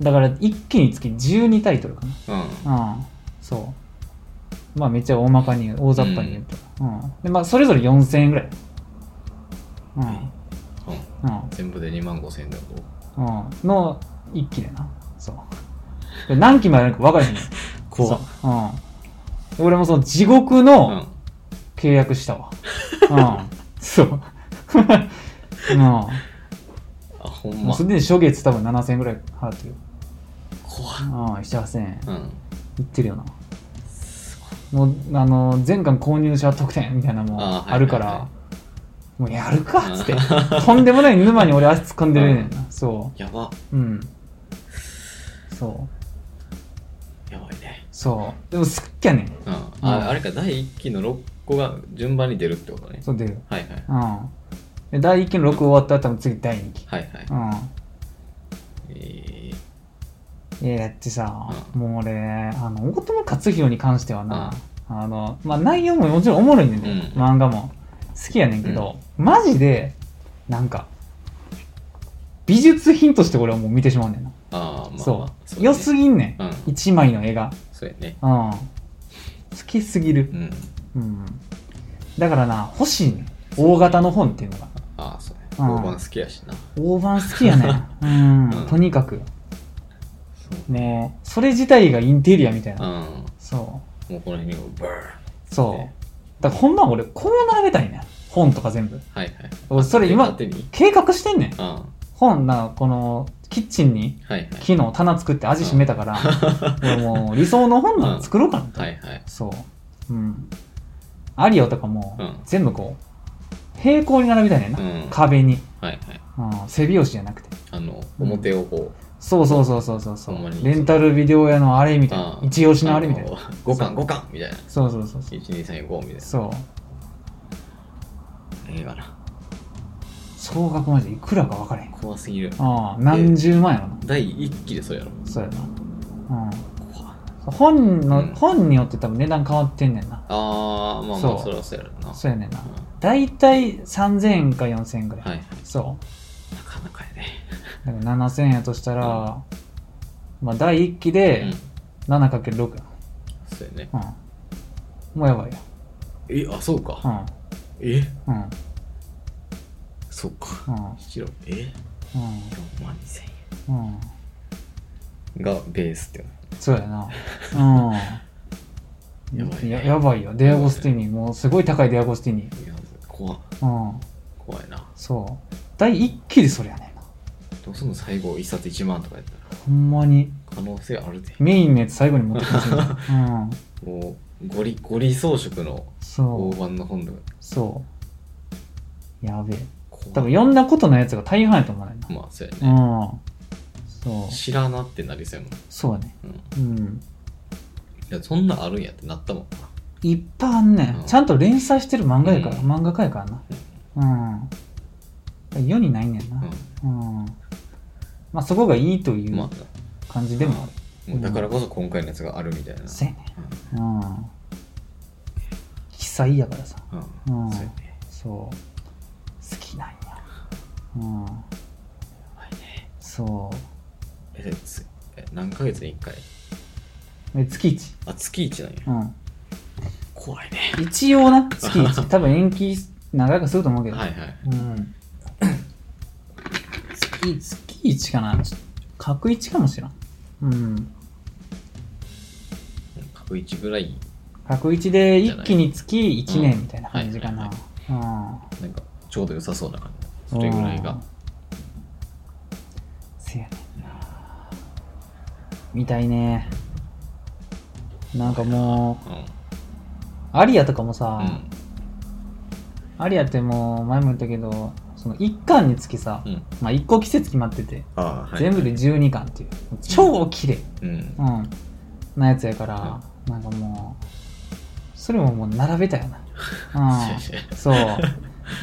だから一気に月12タイトルかうん。なうんそうまあめっちゃ大まかに大雑把に言うと、うんでまあそれぞれ4000円ぐらいうんうん。う全部で2万5千円だと。んうんの1期でなそうで何期まであるのか分からへんねん 怖っそううんで俺もその地獄の、うん。契約した わ。うん。そう。 うあ、ほん。んもう。ますでに初月多分7000円ぐらい払ってるよ。怖っうん、7000円。うん。いってるよな。もう、あの、全巻購入者特典みたいなのあーはいもあるから、はいはもうやるかっつってうん。とんでもない沼に俺足突っ込んでるねんな。そやば。う。うん。そう。やばいね。そう。でも好きやねん。うん。うんああれか、第1期の6個が順番に出るってことね。そう出る。はいはい。うん。で、第1期の6終わったら多分次第2期。はいはい。うん。えーいや、だってさ、もう俺、あの、大友克洋に関してはな、あの、まあ、内容ももちろんおもろいねんだよ、うん漫画も。好きやねんけど、マジで、なんか、美術品として俺はもう見てしまうねんな。ああ、まあ。そう。まあ良すぎんねうん。ん。一枚の絵が。そうやね。うん。好きすぎるう。ん。うん。だからな、欲しいねん。大型の本っていうのが。ああ、そうや。う大ん判好きやしな。大判好きやね ん。うん。とにかく。そう。もう、それ自体がインテリアみたいうんな。。そう。もうこの辺にもバーン。そねう。だからほんま俺こう並べたいねん。本とか全部。はいはい。俺それ今勝、手に。計画してんねん。うん。は本な、この、キッチンにいはい。木の棚作って味しめたから、 俺もう理想の本なの作ろうかなと。はいはい。そう。うん。アリオとかもうん、全部こう、平行に並べたいねんな。うん。はい壁に。はい。うん。背拍子じゃなくて。あの、表をこう。そうそうそうそうそうそほんまう。にレンタルビデオ屋のあれみたいな。うん一押しのあれみたいな。あの五巻五巻みたいな。そうそうそうそう。 1、2、3、4、5みたいな。そう。ええがな。総額マジでいくらか分からへん。怖すぎる。ああ、何十万やろな。第1期でそうやろ。そうやな。怖っうん。本の、うん本によって多分値段変わってんねんな。あー、まあそまうあ、そりゃそうやろな。そうやねんなうん。だいたい3000円か4000円ぐらい。はい。そう。なかなかやね。だから7000円やとしたら、まあ第1期でうん。 7×6 や。そうやね。うん。もうやばいよ。え、あ、そううか。ん。え、うん。うん。そうか。一郎、え、4万2000うん。うん。円がベースってこそうやな。うん。やばいねややばいよ。デアゴスティーニ。もうすごい高いデアゴスティーニ。と。いや、怖っうん。怖いな。そう。第1期でそれやねんな。どうすんの最後、一冊1万とかやったら。ほんまに。可能性あるで。メインのやつ最後に持ってきますよ。 うん。もう、ゴリ、ゴリ装飾の大そう。判の本とか。そう。やべえ。怖い多分読んだことないやつが大半やと思うねんな。まあ、そうやうね。ん。そう。知らなってなりそうやもん。そうやね。うん。いうん。や、そんなんあるんやってなったもんな。いっぱいあんね。うんんちゃんと連載してる漫画やから、うん漫画家やからな。うん。世にないねんな、うんまあそこがいいというん、まう感じでもある、あもうだからこそ今回のやつがあるみたいな、そうやねうん被災やからさうんうんそうやねそう好きなんやうんそうえつえ何ヶ月に1回え月一あ月1なんやうん怖いね一応な 月一多分延期長くすると思うけど、はいはいうん月月一かなちょ角一かもしれんうん角1ぐらい角一で一気に月1年みたいな感じかな、うんなんかちょうど良さそうな感じそれぐらいがせやねんな見たいねなんかもうんうアリアとかもさう、んアリアってもう前も言ったけどその1巻につきさ、うんまあ1個季節決まってて、ああはい全部で12巻っていう超綺麗うんうんなやつやから、なんかもうそれももう並べたよなうん そうやねそう。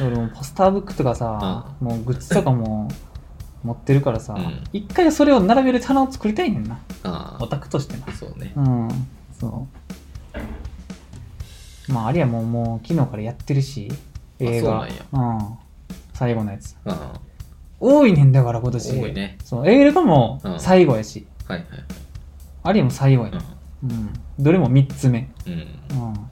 俺もポスターブックとかさ、もうグッズとかも持ってるからさうん、一、回それを並べる棚を作りたいねんな。あオタクとしてなあ。そうねうん、そう。まあ、あれはもう、もう昨日からやってるし、映画。あうん最後のやつ。あ多いねんだから今あ年。多いねそう、映画もうん最後やし、はいはいあれも最後やねはいん、うん。どれも3つ目。うんうんうん。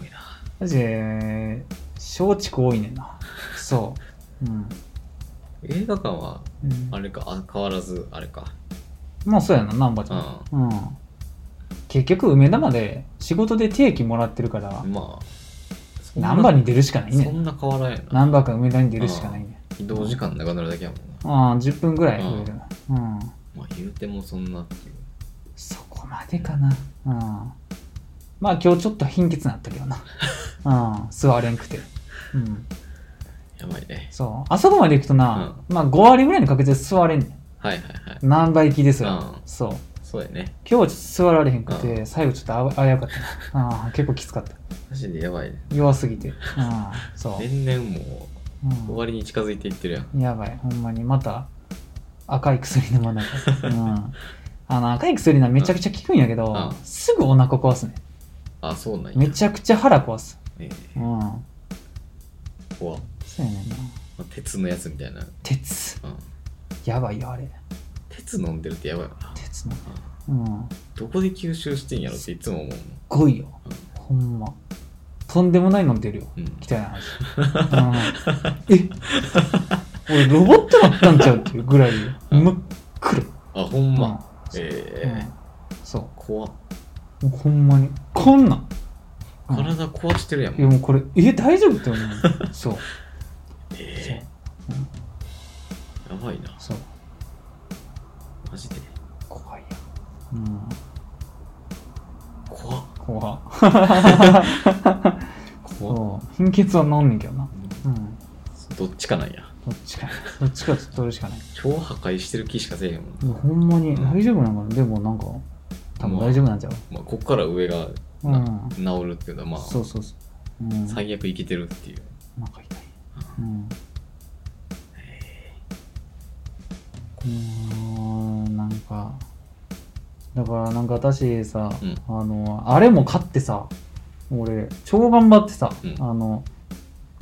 多いなマジで、松竹多いねんな。そう。うん。映画館はうんあれかあ変わらずあれかまあそうやな、ナンバちうゃんん。うん。結局、梅田まで仕事で定期もらってるから、まあそんなナンバに出るしかないそね。んな変わらんやなナンバか梅田に出るしかないね。移動時間なくなるだけやもんなああ、10分ぐらい増えるな。うん。まあ言うてもそんなっていうそこまでかな。うん。まあ今日ちょっと貧血なったけ どな。うん。座れんくて。うん。やばいねそう。あそこまで行くとな、まあ5割ぐらいの確率で座れんねん。はいはいはいナンバ行きですら。うんそう。そうやね今日はちょっと座られへんくて、最後ちょっとあわ危うかったな。ああ、結構きつかった。マジでやばいね弱すぎて。うん。そう。年々もう終うわりに近づいていってるやんん、やばいほんまにまた赤い薬飲まなきゃ、うん、あの赤い薬なめちゃくちゃ効くんやけど、うんすぐお腹壊すねあそうなんやめちゃくちゃ腹壊すえうえん怖っそうやねんなまあ鉄のやつみたいな、うん、鉄やばいよあれ鉄飲んでるってやばいよな鉄のうんどこで吸収してんやろっていつも思うもんごいよほんまとんでもない飲んでるようん、みたいな話、うん、え俺ロボットだったんちゃうっていうぐらい真っ黒あほんま、うんええうんそう怖っもうほんまにこんなんうん体壊してるやん、いやもうこれえ大丈夫って思うそうそうええやばいなそうマジで怖いやうん怖っ怖怖っそう貧血はなんねんけどなううんんどっちかなんやどっちかどっちかちょっと取るしかない超破壊してる気しかせえへんもんいやほんまにうん大丈夫なのかなでもなんか多分大丈夫なんちゃうまあ、こっから上がうまあん治るっていうのはまあそうそうそううんお最悪生きてるっていう腹痛いうんうーんなんかだからなんか私さ、うんあのあれも買ってさ俺超頑張ってさ、うんあの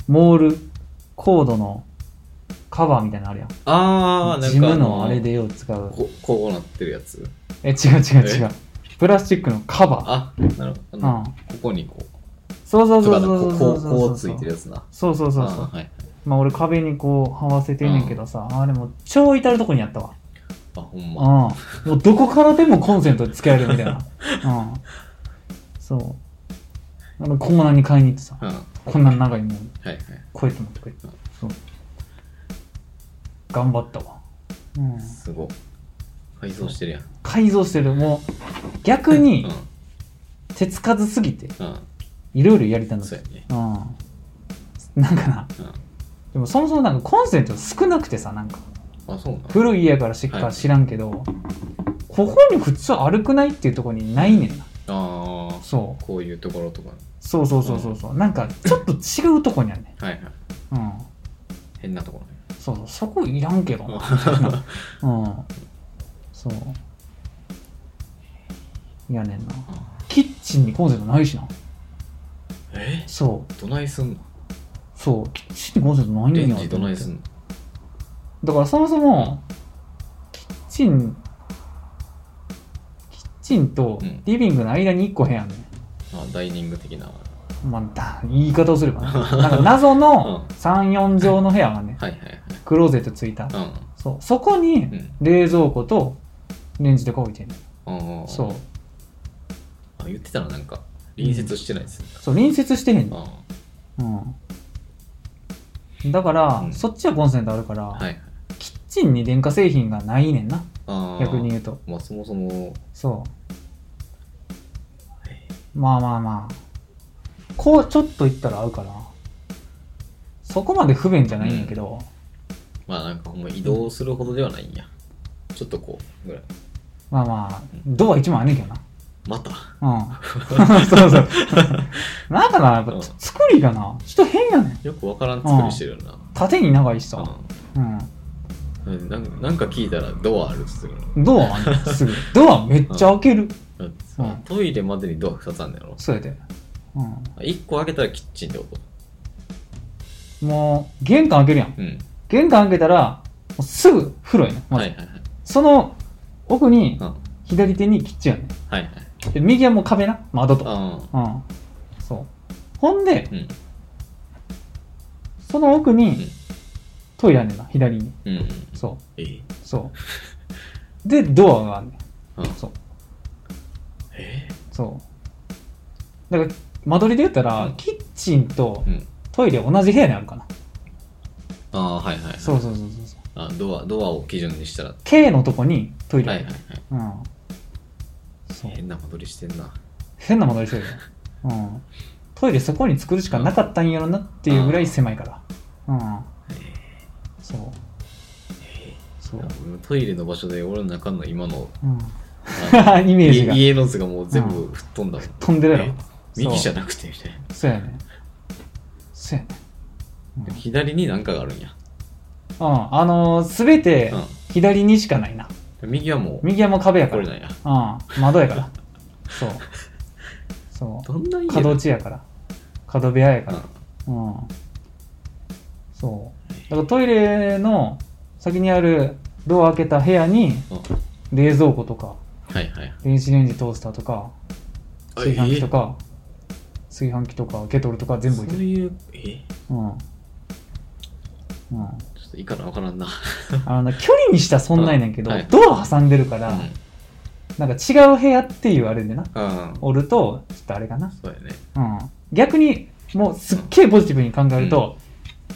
モールコードのカバーみたいなのあるやんああなんかジムのあれのでよう使うここうなってるやつえ違う違う違うプラスチックのカバーあなるほどあのうんここにこうそうそうとそうかそうそこうそううこそううつそいうてるやつなそうそうそうあそうーはいまあ俺壁にこうはわせてんねんけどさ、あれもう超至るとこにあったわあほんまうん、もうどこからでもコンセント使える みたいな、うん、そうあのコーナーに買いに行ってさうんはいこんな長いもんはいこうやって持ってくれそう頑張ったわ、うん、すごい改造してるやん改造してるもう逆うにん手つかずすぎてういろいろやりたんんだそうぜやねうんなんかなうんでもそもそもなんかコンセント少なくてさなんかあそうなの古い家やからしか知らんけど、ここに普通歩くないっていうところにないねんなああそうこういうところとかそうそうそうそうそう、なんかちょっと違うとこにあるねはいはいうん変なところね。そうそうそこいらんけどなうんそういやねんなキッチンにコンセントないしな えそうどないすんのそうキッチンにコンセントないんやレンと思っジてどないすんのだからそもそもキッチンキッチンとうんリビングの間に1個部屋あんねんあダイニング的な。はまあ、だ言い方をすれば ねなんか謎のう34畳の部屋がねいはいはい。クローゼットついたうそうそこにん。うん。冷蔵庫とレンジとか置いてんのああ。そうあ言ってたらなんか、隣接してないですね。そう隣接してへんのあうんだから、うんそっちはコンセントあるから、あ。はいはい。キッチンに電化製品がないねんなああ。逆に。言うとまあそもそも、そうまあまあまあこうちょっと行ったら合うかなそこまで不便じゃないんやけど、まあなんかほんま移動するほどではないんや。ちょっとこう、ぐらい。まあまあドア一枚あんねんけどなまた。うん そうそうなんかなやっぱ、うん作りがなちょっと変やねんよくわからん作りしてるよな。縦に長いしさ、ううん、ん。なんなんか聞いたらドアあるっすぐ。ドアあんねんすぐドアめっちゃ開ける、だってさうんトイレまでにドア2つあんだろ。そうやで、うん、 1個開けたらキッチンってこと。もう、玄関開けるやん。うん。玄関開けたら、もうすぐ風呂やね、まはずいはいはい。その奥にうん。、はい左手にキッチンやねはい。で右はもう壁な、窓と。あうん。そう。ほんであ。、うん。その奥うんに、トイレやねんな、左に。うんうん。そええ。う、そう。で、ドアがあんねうんん。そう、えそう。だから、間取りで言ったら、キッチンとえうん。トイレ同じ部屋にあるかな。ああ、はいはいはい。そうそうそうそうそう。あドア、ドアを基準にしたら。は K のとこにトイいレはあいる。はい。うん。そう。変な間取りしてんな。変な間取りしてるよ、うん、トイレそこに作るしかなかったんやろなっていうぐらい狭いからうんそうそう、俺もトイレの場所で俺の中の今のうん、あ イメージが家家の図がもう全部吹っ飛んだもん。飛んでるやろえ右じゃなくてみたいな。そうやねそうやね、うん左に何かがあるんや。うん、あのー、全てう左にしかないな、ん。右はもう、右はもう壁やかこられなんや。うん、窓やからそうそどんなう家だ角地やから角部屋やかうらんうんそう。だからトイレの先にあるドア開けた部屋にうん冷蔵庫とか、はいはい。電子レンジトースターとか、あ炊飯器と。えか、炊飯器とか、ケトルとかえ全部置いそてうる。いう、ええうん。うん。ちょっといいかなわからんな。あの、距離にしたらそんないねんけど、はいドア挟んでるから、うなんか違う部屋っていうあれでな、ん。うん。おると、ちょっとあれかな。そうやね。うん。逆に、もうすっげえポジティブに考えると、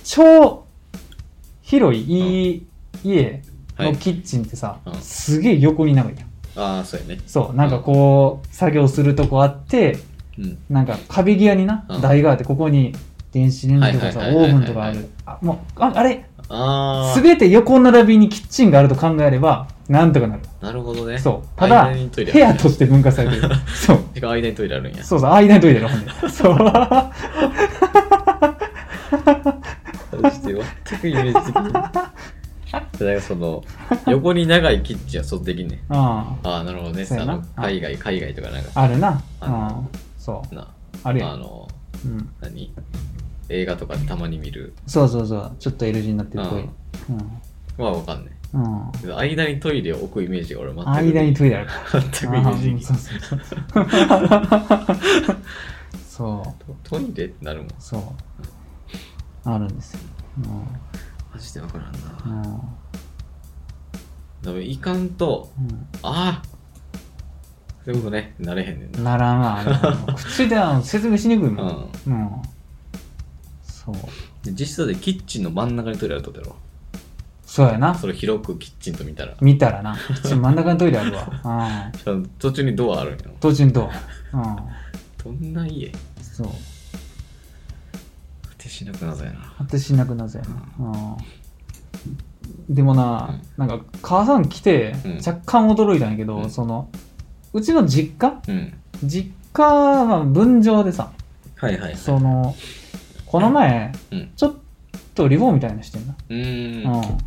超広い、いい家、はのい。キッチンってさ、うんすげえ横に長いやんああ、そうやね。そうなんかこう、作業するとこあってうん。なんか壁際にな、うん台があってここに電子レンジとかさはオいはいはいはいーブンとかあるあもうああれああ。全て横並びにキッチンがあると考えればなんとかなるなるほどね。そうただ間にトイレ部あ屋るんやとして分割されてる そうてか間にトイレあるんや。そうそう間にトイレがほんでそう マジで全くイメージ的に。だからその、横に長いキッチンはそうできんねん。うんああ、なるほどね。そうやあなの海外、海外とかなんかあるなあのうんそうな、あるやん、あの、うん、何映画とかでたまに見る。そうそうそうちょっと L 字になってるっぽいうんまあわかんねうん、うんんけど。間にトイレを置くイメージが俺全く。間にトイレあるから全くイメージできんあーそうそう そうそうトイレってなるもん。そうあるんですよ、マジでわからんうんな。多分いかんと、うああそういうことね、なれへんねんん、な。ならんわあれは口では説明しにくいうもん、ん。うんそうで実際でキッチンの真ん中にトイレあるとだろ。そうやなそれ広くキッチンと見たら。見たらな普通真ん中にトイレあるわ、うん、途中にドアあるんやろ。途中にどう、うどんな家ん、そう果てしなくなぞやな。果てしなくなぜやな、うん、でもな、なんか母さん来てうん若干驚いたんやけど、うんそのうちの実家うん。実家は分譲でさはいはいはい。そのこの前、うんちょっとリボンみたいなしてんな。うーん。うはん。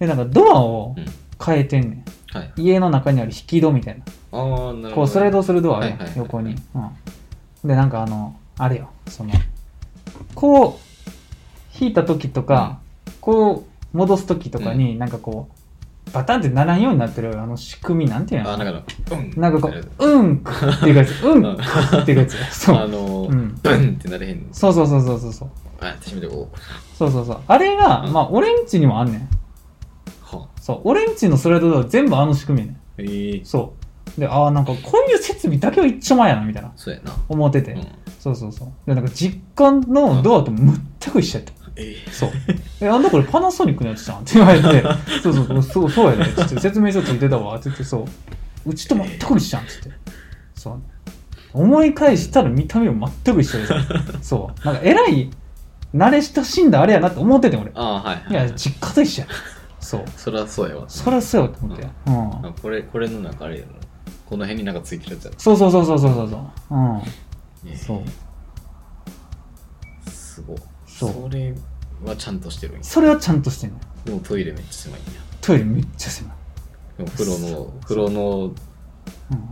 で、なんかドアをうん変えてんねい。ん。家の中にある引き戸みたいな。ああ、なるほどね。こうスライドするドアあるやんはいはいはい横に。うん。で、なんかあの、あれよ、その、こう、引いた時とか、こう、戻す時とかに、なんかこう、バタンってならんようになってる、あの仕組みなんていうのあ、なんか、うん。なんかこみたいなう、うんっていうや つ、うんっていうやつ。そあう。のうー、ん。ブンってなれへん。そうそうそうそうそうそう。あ、私見て、おそうそうそう。あれが、うんまあ、俺んちにもあんねん。はそう。俺んちのスライドドア全部あの仕組みやねえーん。、そう。で、ああ、なんかこういう設備だけは一丁前やな、みたいな。そうやな。思ってて。うん。そうそうそう。で、なんか実家のドアと全く一緒やった。えそう。え、なんだこれパナソニックのやつじゃんって言われて、そうそうそう、そうそうやね。つって説明書ついてたわ。って言って、そう。うちと全く一緒じゃん。つって。そう。思い返したら見た目も全く一緒でさ。そう。なんか偉い、慣れ親しんだあれやなって思ってて、俺。ああ、はいいはい。や、実家と一緒や。そう。そりゃそうやわ。そりゃそうやと思って。うん。あこれ、これの中あれやな。この辺になんかついてるやつやそうそうそうそうそうそうそう。うん。ろ。そう。う。すごい。そうそれはちゃんとしてるんや。それはちゃんとしてんの。でもトイレめっちゃ狭いんや。トイレめっちゃ狭い。でも風呂そうの、風呂のうん。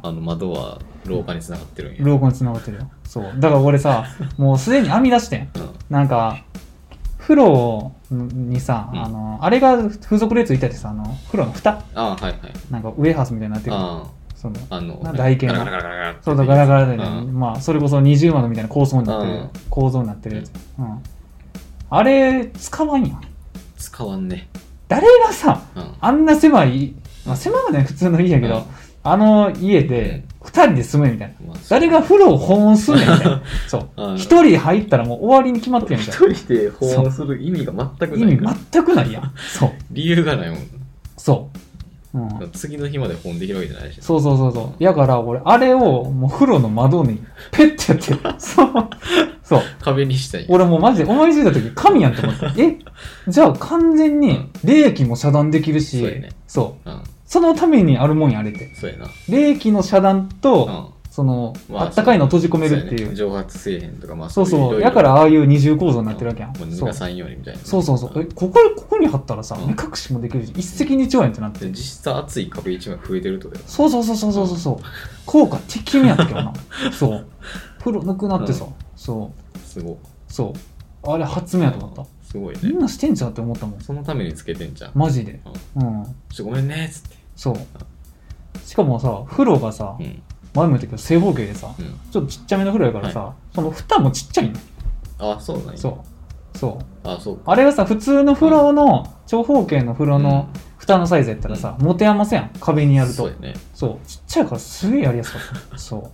あの窓は廊下に繋がってるんや。ローコン繋がってるよ。そう。だから俺さ、もうすでに編み出してん。うんなんか、風呂にさ、うんあの、あれが付属でついててさ、あの、風呂の蓋ああ、はいはい。なんかウェハースみたいになってる。あその、あ、あのな、台形のガラガラガラガラってそうだ、ガラガラでね、うんまあ、それこそ二重窓みたいな構想になってる、うん構造になってるやつ。うん。あれ、使わんやん。使わんね。誰がさ、うん。あんな狭い、まあ、狭くない普通の家やけうど、んあの家で2人で住むみたいな。まあ誰が風呂を保温すんねんみた いな。そう。うん1人入ったらもう終わりに決まってるみたい一人で保温する意味が全くな。意ないから味全くないやん。そう。理由がないもん。そう。うん。次の日まで保温できるわけじゃないし。そうそうそうそう。やから俺、あれをもう風呂の窓にペッてやって、そう。そう。壁にしたい。俺もうマジで思いついた時神やんと思った。えじゃあ完全に冷気も遮断できるし、そうやねそう。うん。そのためにあるもんや、あれって。そうやな。冷気の遮断と、うん。その、まああったかいのを閉じ込めるってそういやねう。蒸発せえへんとか、まあそういそう。いやろいろからああいう二重構造になってるわけやん。もうそ逃うがさんようにみたいな。そうそうそう。え、んここ、ここに貼ったらさ、うん目隠しもできるし、一石二鳥やんってなっでて実。質熱い壁一枚増えてるってことかそうそうそうそうそうそう。効果てきめやったけどな。そう。プロなくなってさ、そう、すごい。そう。あれ発明やと思った。すごいみんね。なしてんじゃんって思ったもん。そのためにつけてんじゃん。マジで。うん。ちょごめんねっつって。そう。しかもさ、風呂がさう、ん。前も言ったけど正方形でさ、うん。ちょっとちっちゃめの風呂やからさ、その蓋もちっちゃいね。あ、そうなんや。そう。そう。あ、そうか。あれがさ、普通の風呂の、長方形の風呂の蓋のサイズやったらさ、持て余せやん。壁にやると。そそううやね。ちっちゃいからすげえやりやすかった。そう。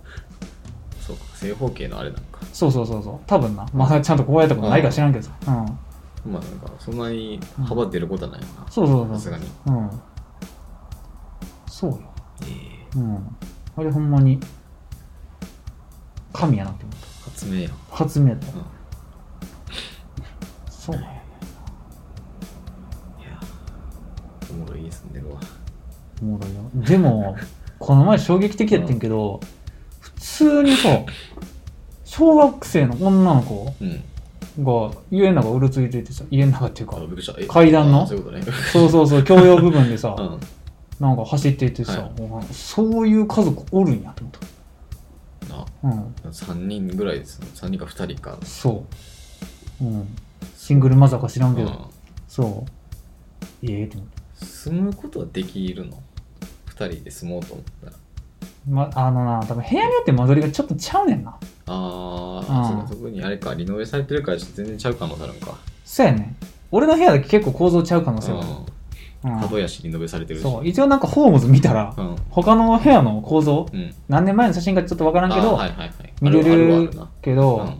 そうか。正方形のあれなんか。そうそうそうそう。多分な。まあ、ちゃんとこうやったことないから知らんけどさ。うん。まあなんか、そんなに幅出ることはないよな。そうそうそさうすそがに。う。うん。そうよ。ええうん。あれほんまに、神やなって思っ発明や。た。発明やっうん。た。そうなんやね。いやおもろい家住んでるわおもろいよ。でも、この前衝撃的やってんけど、普通にさ、小学生の女の子、うんが家の中うろついててさ家の中っていうあかびっくりしたえ階段のあそういうことね そうそうそう共用部分でさ、うんなんか走っていってはさ、そういう家族おるんやと思っなたうん3人ぐらいです3人か2人かそう、うん、シングルマザーか知らんけど、うんそうええと思って住むことはできるの2人で住もうと思ったらまあのな多分部屋によって間取りがちょっとちゃうねんなああ、うんそうかそこにあれかリノベされてるから全然ちゃう可能性あるんかそうやね俺の部屋だけ結構構造ちゃう可能性がうあんる、角やしリノベされてうるしん、そう一応なんかホームズ見たら、うん他の部屋の構造うん何年前の写真かちょっとわからんけど、あーはいはいはい見れあるわあるるわけあるど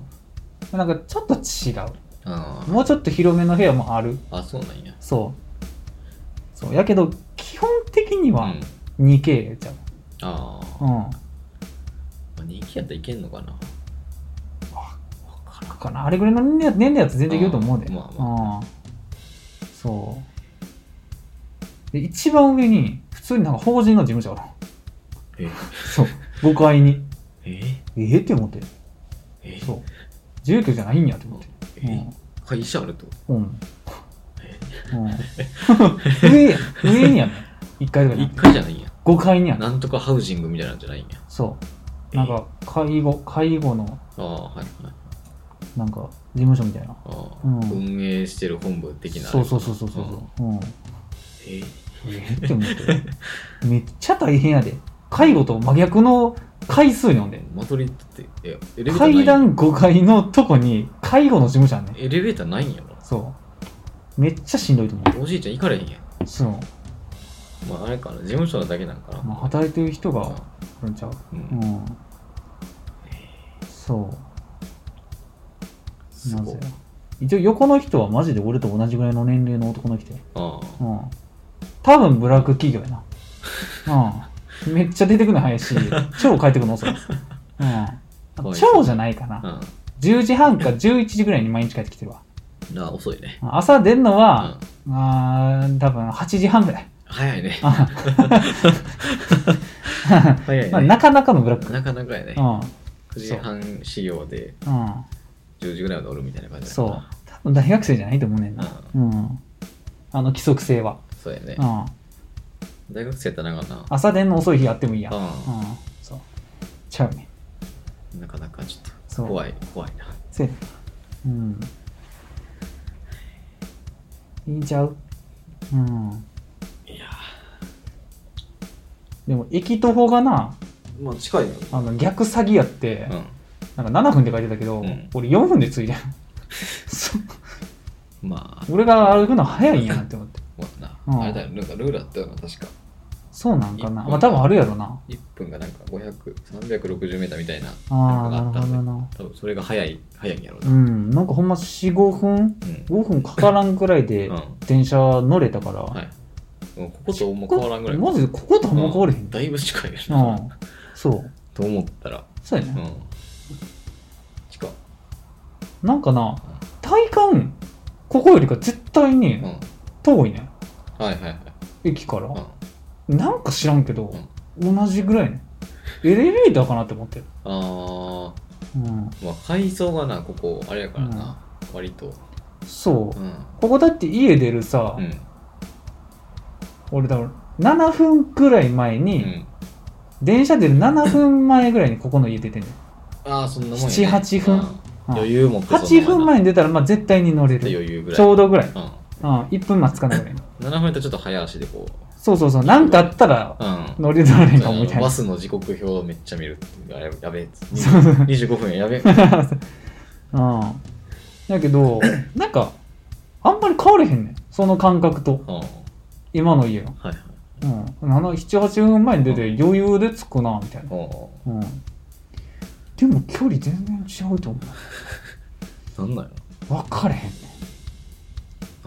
な、なんかちょっと違ううんうんもうちょっと広めの部屋もある。あそうなんやそう。そう。やけど、基本的にうはん 2K じゃん。あーうん。わまあ人気やったらいけんのかなからんかな。あれぐらいの年齢年齢やつ全然いけると思うで。うんまあうん。そう。で、一番上に、普通になんか法人の事務所ある。えそう。5階に。えええって思って。 えそう。住居じゃないんやってう思んって。うえん。会社あるってことうん。うん、上やん上にやねん。1階とかじゃな1階じゃないんや5階にやねん。なんとかハウジングみたいなんじゃないんやそう。なんか、介護、介護の、ああはいはいなんか、事務所みたいな。ああ、うん運営してる本部的なそうそうそうそうそう。うん。えーえーって思って。めっちゃ大変やで。介護と真逆の回数にほんで。マトリッドっていやエレベーターない階段5階のとこに介護の事務所あんねん。エレベーターないんやろそう。めっちゃしんどいと思おじいちゃん行かれへんやんう。そう。まああれかな事務所だけなんかな、まあ、働いてる人が来るんちゃううんうん。そう。すなごぜい一応横の人はマジで俺と同じぐらいの年齢の男の人やあうん多分ブラック企業やなうんめっちゃ出てくるの早 いし超帰ってくるの遅いうんわいそう超じゃないかなあ10時半か11時ぐらいに毎日帰ってきてるわうんなあ遅いね朝出んのうはん、あー多分8時半 ぐらい早いねあ早いね、まあなかなかのブラックなかなかやね、うん9時半始業でうん10時ぐらいまでおるみたいな感じだそう多分大学生じゃないと思うねんうんなうんあの規則性はそうやねうん大学生やったらなんかな朝出んの遅い日あってもいいやんううんそう。ちゃうね。んなかなかちょっそとう怖い怖いなせやねうん。いいんちゃううん。いやでも、駅徒歩がな、まあ近いよあの逆詐欺やって、うなんか7分って書いてたけど、うん俺4分で着いたよそんまあ 俺が歩くの早いんやなって思って。まあな、うんあれだよなんかルールあったよな確かそうなんかな。一分まあ、多分あるやろな。 1分がなんか500360メーターみたいなあなあ、なんかあるほったんでどな。多分それが早い早いんやろううな、ん、なんかほんま4、5分うん、 5分かからんくらいでうん電車乗れたから、はい。もうこことも変わらんぐらい。マジでこことあんま変われへんうだいぶ近いような、ん、そうと思ったら。そうやうね、ん。近っ。なんかな、体感、ここよりか絶対うにん。遠いね、はいはいはい。駅からうん。。あなんか知らんけど、同じぐらいね。エレベーターかなって思ってる。あー、うん。まあ階層がな、ここ、あれやからな。割と。そうう。ん。ここだって家出るさ、うん。俺多分7分くらい前うに、ん。電車出る7分前ぐらいにここの家出てんねん。ああ、そんなもんや、ね。 7 8分うん 余裕持ってそのまま8分前に出たらまあ絶対に乗れでる。余裕ぐらい。ちょうどぐらい。うん。うん、1分待つかないぐらい。 7分やったらちょっと早足でこそうそうそう。なんかあったらう。うん。乗れる乗れへんかもみたいバな。スの時刻表をめっちゃ見るっていうあやべやべえっつって25分や やべえうん。だけど、なんか、あんまり変われへんねん。その感覚と、うんはい今の家が。はいうん。7、7、8分前に出て余裕で着くな、みたいな。うんうん。でも距離全然違うと思なんなんやう。分かれへんね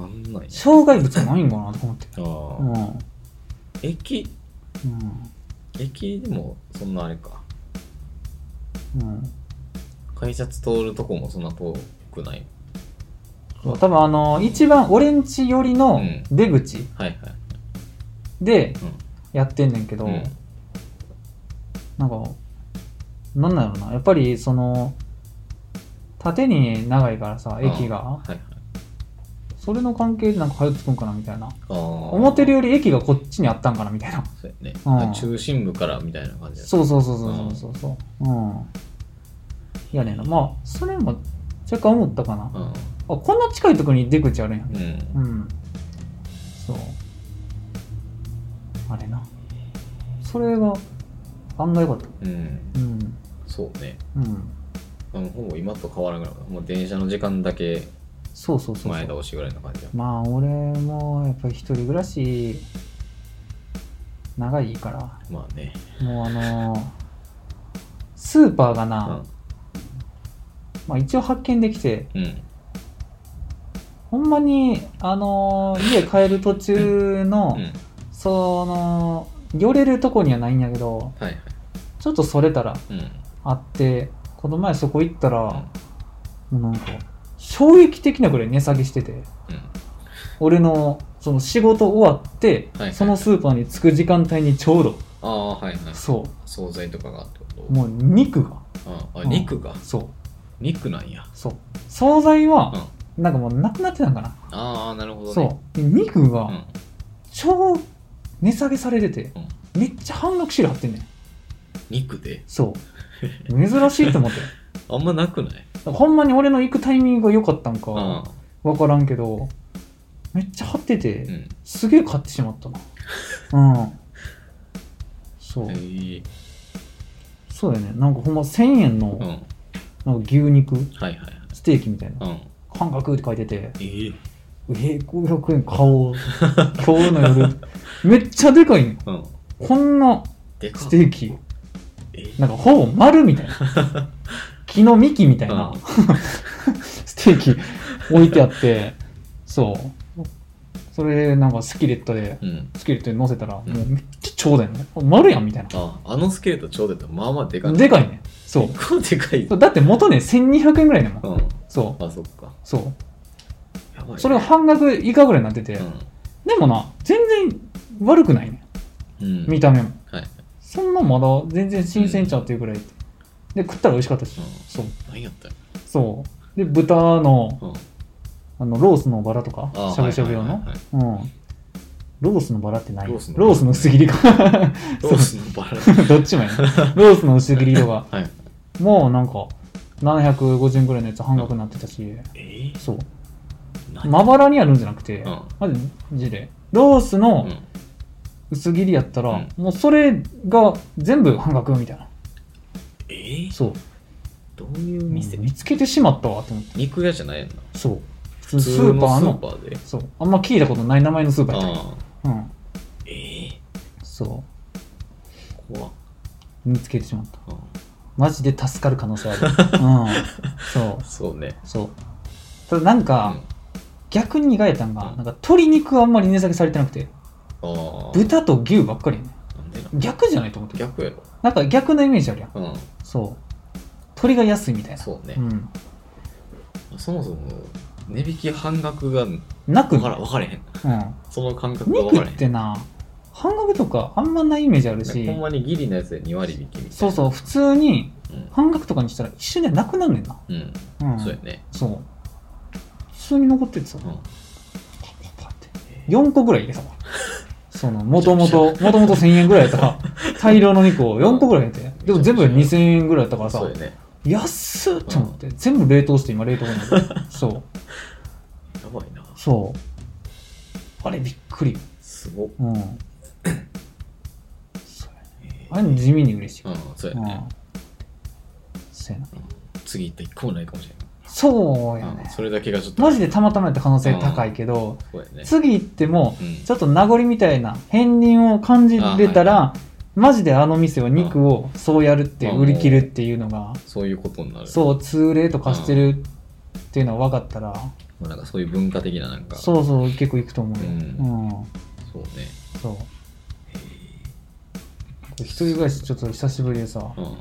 ん。ろなんなんや障害物ないんかなと思って。あうーん。駅う駅でもそんなあれかん。うん。改札通るとこもそんな遠くないそう多分あの一番オレンジ寄りの出口はいはいでうんやってんねんけど、うんなんか、なんなんやろな。やっぱり、その、縦に長いからさ、駅あが。ーはいはいそれの関係でなんか早く着くんかなみたいな。ああ思ってるよより駅がこっちにあったんかなみたいな。そうやねうん中心部からみたいな感じだそうそうそうそうそうそうそう。うん。いやねんな。まあ、それも若干思ったかな。あ、うんこんな近いとこに出口あるんや。うんうん。そう。あれな。それが案外良かった。うんうん。そうねうん。あのほぼ今と変わらんぐらいもう電車の時間だけそうそうそうそう。前倒しぐらいの感じだまあ俺もやっぱり一人暮らし長いからまあねもうあのースーパーがうな、んまあ、一応発見できてうんほんまにあのー家帰る途中の、うんその寄れるとこにはないんやけどはいはいちょっとそれたらうんあってこの前そこ行ったら、うんもうなんか衝撃的なぐらい値下げしててうん俺のその仕事終わって、はいはいそのスーパーに着く時間帯にちょうどああはいはいそう惣菜とかがってこともう肉がああうん肉がそう肉なんやそう惣菜はうなんかもうなくなってたんかな。ああなるほどねそう。で肉うがん、超値下げされてて、めっちゃ半額シール貼ってんねん。肉でそう。珍しいと思って。あんまなくないほんまに俺の行くタイミングが良かったんあか、わからんけど、めっちゃ貼ってて、ーうんすげえ買ってしまったな。うん。そうへ。ーそうだよね。なんかほんま1000円うんのはいなんか牛肉、はいはいステーキみたいな。うん半額って書いてて、えーえー、500円買おう。今日の夜。 めっちゃでかいんようんこんなでかっステーキ、えーなんかほぼ丸みたいな。 木の幹みたいなうんステーキ置いてあって、そう。それなんかスキレットで、うんスキレットに乗せたら、もううんめっちゃちょうだいね。丸やんみたいな。ああのスケート超出たまあまあでかいでかいね。そう。結構でかいそうだって元ね、1200円ぐらいだもん。うんそう。あそっかそう。やばいねそれが半額以下ぐらいになってて、でもな、全然悪くないうんね。うん見た目も。はいそんなまだ全然新鮮ちゃうっていうぐらいで。で、食ったら美味しかったし。うんそう。何やったよそう。で、豚の、うんあの、ロースのバラとかあ、しゃぶしゃぶ用はいのはいはいはい。うん。ロースのバラってないロロースのースの薄切りか。 ロースのバラそうどっちもやな。ロースの薄切りとか。はいもうなんか、750円ぐらいのやつ半額になってたし。えーそう。何まばらにあるんじゃなくて、うんマジでロースのうん薄切りやったら、うんもうそれが全部半額みたいなえーそうどういう店見つけてしまったわと思って肉屋じゃないやんなそう普普通スーパーの通のスーパーでそうあんま聞いたことない名前のスーパーやっああたうんええそ怖っう見つけてしまったうんマジで助かる可能性 あるうんそうそうねそうただなんか、うん逆に意外やったんが、うんなんか鶏肉はあんまり値下げされてなくてああ豚と牛ばっかりやねなんでな逆じゃないと思って逆やろなんか逆のイメージあるやんうんそう。鳥が安いみたいな。そうねう。ん。そもそも値引き半額が分なくから分かれへん。うん。その感覚が分肉かれへっん。てな、半額とかあんまないイメージあるしほ、んまにギリのやつで2割引きみたいな。そうそう、普通にうん。半額とかにしたら一瞬でなくなんねんな。うん。うん。そうやね。そう普通に残っててさ、うパん。パパって。4個ぐらい入れたわ。その、もと もと、もともと1000円ぐらいやったら、大量の肉を4個ぐらい入れて、でも全部で2000円ぐらいやったからさそう、やね。安っと思って、全部冷凍して今冷凍にな ってる。そう。やばいな。そう。あれびっくり。すごっ。うん。そうやあれ地味に嬉しい。うん、そううやんね。。そうやな。次行ったら1個もないかもしそうれやない。うんね。それだけがちょっと。マジでたまたまやった可能性高いけど、そうやね。次行ってもう、ん。ちょっと名残みたいな片鱗を感じれたあら、マジであの店は肉をそうやるってうん売り切るっていうのが、そういうことになる。そう、通例とかしてるっていうのは分かったら、まあなんかそういう文化的ななんか。そうそう、結構行くと思うよ。うんうんそうね。そう。一人暮らしちょっと久しぶりでさ、うん。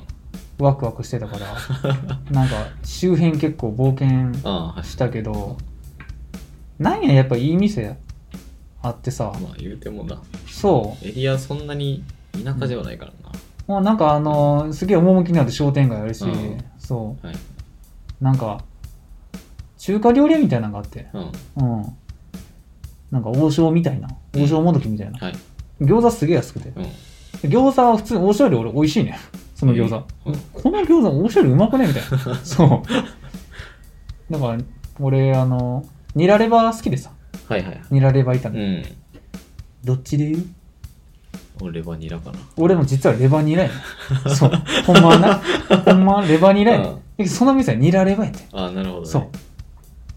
ワクワクしてたから、 なんか周辺結構冒険ああ、はしたけど、なんややっぱいい店あってさ、い。まあ言うてもな。そエリアそんなに田舎ではないからな。う、もうなんかあのーすげえ趣のある商店街あるし、うんそはい。う、なんか、中華料理屋みたいなのがあって、うん。うん。なんか王将みたいな、王将もどきみたいな。はい。餃子すげえ安くて。うん。餃子は普通に王将より俺美味しいね。その餃子。うんこの餃子面白い、うまくねみたい な。そう。だから、俺、あの、ニラレバ好きでさ、はいはいはい。ニラレバ炒うめ。ん。どっちで言う俺はニラかな。俺も実はレバニラやねんそう。ほんまはな、ほんまはレバニラやねんうんだけどその店はニラレバやって。ああ、なるほど、ね。そう。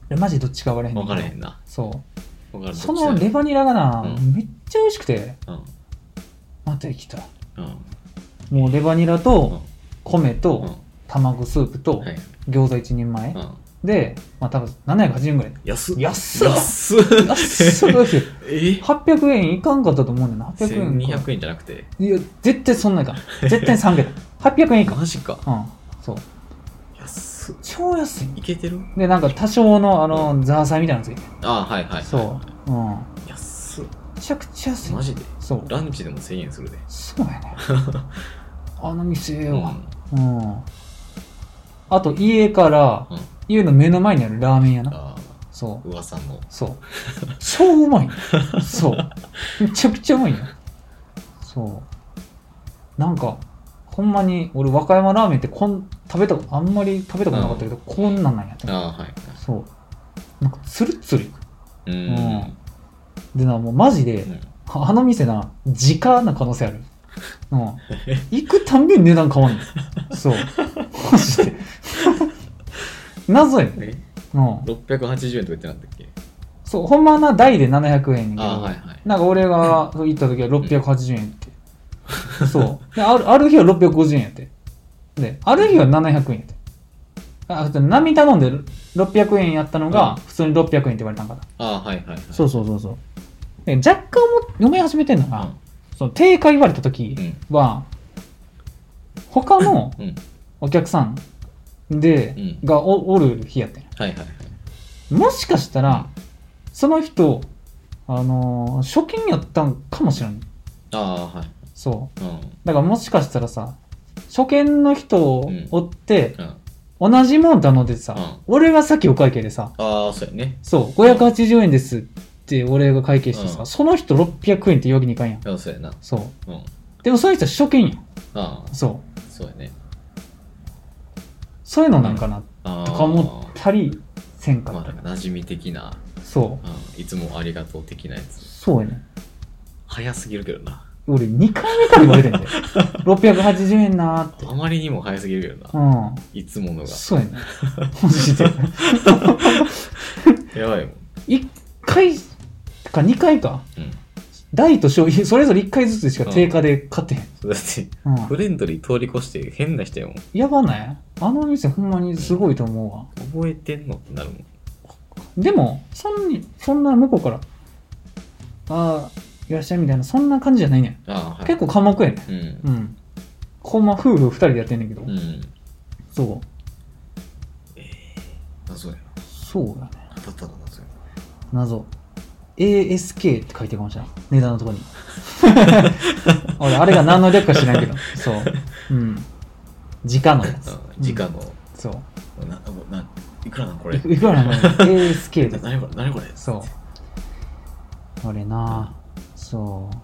でマジどっちか分からへんね分んかけどらへんな。そ分からう。ん。そのレバニラがな、うんめっちゃ美味しくて、うん。また来た。うん。もうレバニラうとん、米うん。と、卵スープとは、い。餃子1人前う。ん。で、まあ多分780円ぐらい。安っ。安っ安っ。あすごいですよえ800円いかんかったと思うねんな800円か ?1200 円じゃなくて。いや絶対そんなんいかん絶対3桁800円以下マジか。うんそう安っ。超安いいけてるでなんか多少のあのザーサイみたいなのついてるああ、はいはい。そううんめう。安っ。ちゃくちゃ安いマジでそうランチでも1000円するで。そうや ねあの店うん。はうんあと家からうん家の目の前にあるラーメン屋なああ、そう噂のそう超う まいのそうめちゃくちゃうまいよそうなんかほんまに俺和歌山ラーメンってこん食べたあんまり食べたことなかったけど、こんなんなんやってああはいそうなんかツルッツルいくううんんでなもうマジで、うんあの店な、時価な可能性ある。うん。行くたんびに値段変わんの。そう。マジで。謎やねん。えうん。 680円とか言ってなかったっけそう、ほんまはな、台で700円やねんけど、ああはいはいなんか俺が行った時は680円って。そう。である、ある日は650円やって。で、ある日は700円やって。あ、あと波頼んで600円やったのが、うん普通に600円って言われたんかな。ああはいはいはいそうそうそうそう。で若干も読み始めてんのが、うんその定価言われた時は、他のうんお客さんで、うんがおおる日やったんやはいはいはいもしかしたらその人あのー初見やったんかもしれんああはいそううんだからもしかしたらさ初見の人をうん追って、うん同じもん頼んでさ、うん俺がさっきお会計でさああそうやねそう580円ですって俺が会計してさ、うんその人600円って余儀にいかんやんああそうやなそううんあでもその人は初見やんあそうそうやねそういうのなんかなああとか思ったりせんかまっあた、なんか馴染み的なそううんいつもありがとう的なやつそうやね早すぎるけどな俺2回目から言われてんだよ680円なーってあまりにも早すぎるけどなういつものんがそうやねマジでやばいもん1回か2回かうん大と小それぞれ1回ずつしか定価で買ってへん、そうだってうんフレンドリー通り越して変な人やもんやばないあの店ほんまにすごいと思うわ覚えてんのってなるもんでもそんにそんな向こうからああいらっしゃいみたいなそんな感じじゃないねんああはい結構寡黙やねんうんうんほんま夫婦2人でやってんねんけど、うんそう謎やなそうだねただただ謎やな謎 ASK って書いてるかもしれない値段のと こに俺あれが何の略か知らんけどそううん時価のや うつん時間のそなないくらなんこうれいいくらなの ASK とか何これ何これそうあれなそう